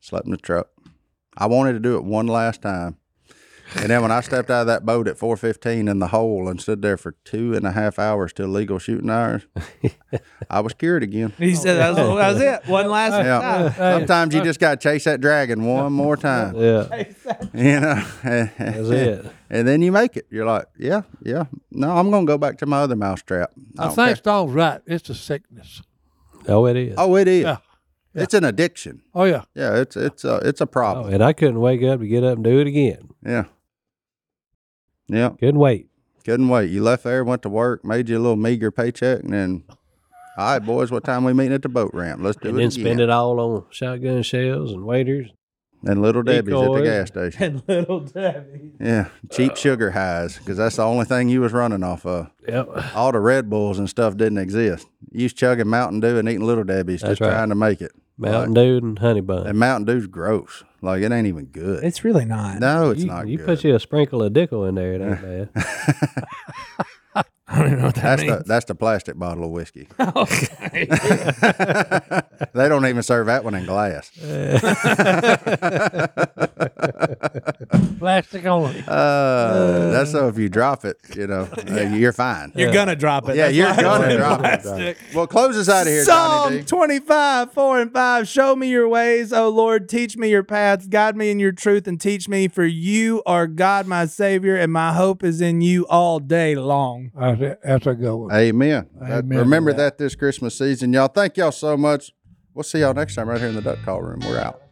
Slept in the truck. I wanted to do it one last time. And then when I stepped out of that boat at 4:15 in the hole and stood there for two and a half hours till legal shooting hours, I was cured again.
He said that was, that was it. One last
Yeah.
time.
Sometimes you just gotta chase that dragon one more time.
Yeah.
You know,
That's it.
and then you make it. You're like, yeah, yeah. No, I'm gonna go back to my other mousetrap. I
I
don't
think
care.
Stone's right. It's a sickness.
Oh, it is.
Oh, it is.
Yeah.
It's an addiction.
Oh yeah.
Yeah, it's it's a it's a
Oh,
problem.
and I couldn't wake up to get up and do it again.
yeah. Yeah.
Couldn't wait.
Couldn't wait. You left there, went to work, made you a little meager paycheck, and then, all right, boys, what time we meeting at the boat ramp? Let's do
And
it
then
again.
spend it all on shotgun shells and waiters.
And little Debbie's at
Decoys.
the gas station.
And little Debbie.
Yeah, cheap sugar highs, because that's the only thing you was running off of.
Yep.
All the Red Bulls and stuff didn't exist. You was chugging Mountain Dew and eating little Debbie's,
That's
just
right.
trying to make it.
Mountain Dew and honey bun.
And Mountain Dew's gross. Like it ain't even good.
It's really not.
no, it's
you
not
you
good.
put you a sprinkle of dickle in there, it ain't bad.
I don't even know what that
that's
means.
the that's the plastic bottle of whiskey. they don't even serve that one in glass.
Plastic only.
Uh, that's so if you drop it, you know, uh, you're fine.
You're gonna drop it.
yeah,
That's
you're
why I
gonna
said
drop
plastic.
it. Well, close us out of here, Johnny
Psalm
D.
25, 4 and 5. Show me your ways, O Lord. Teach me your paths. Guide me in your truth and teach me, for you are God, my Savior, and my hope is in you all day long.
That's a, that's a good one.
Amen. That-
Amen to
remember that
that.
this Christmas season, y'all. Thank y'all so much. We'll see y'all next time right here in the Duck Call Room. We're out.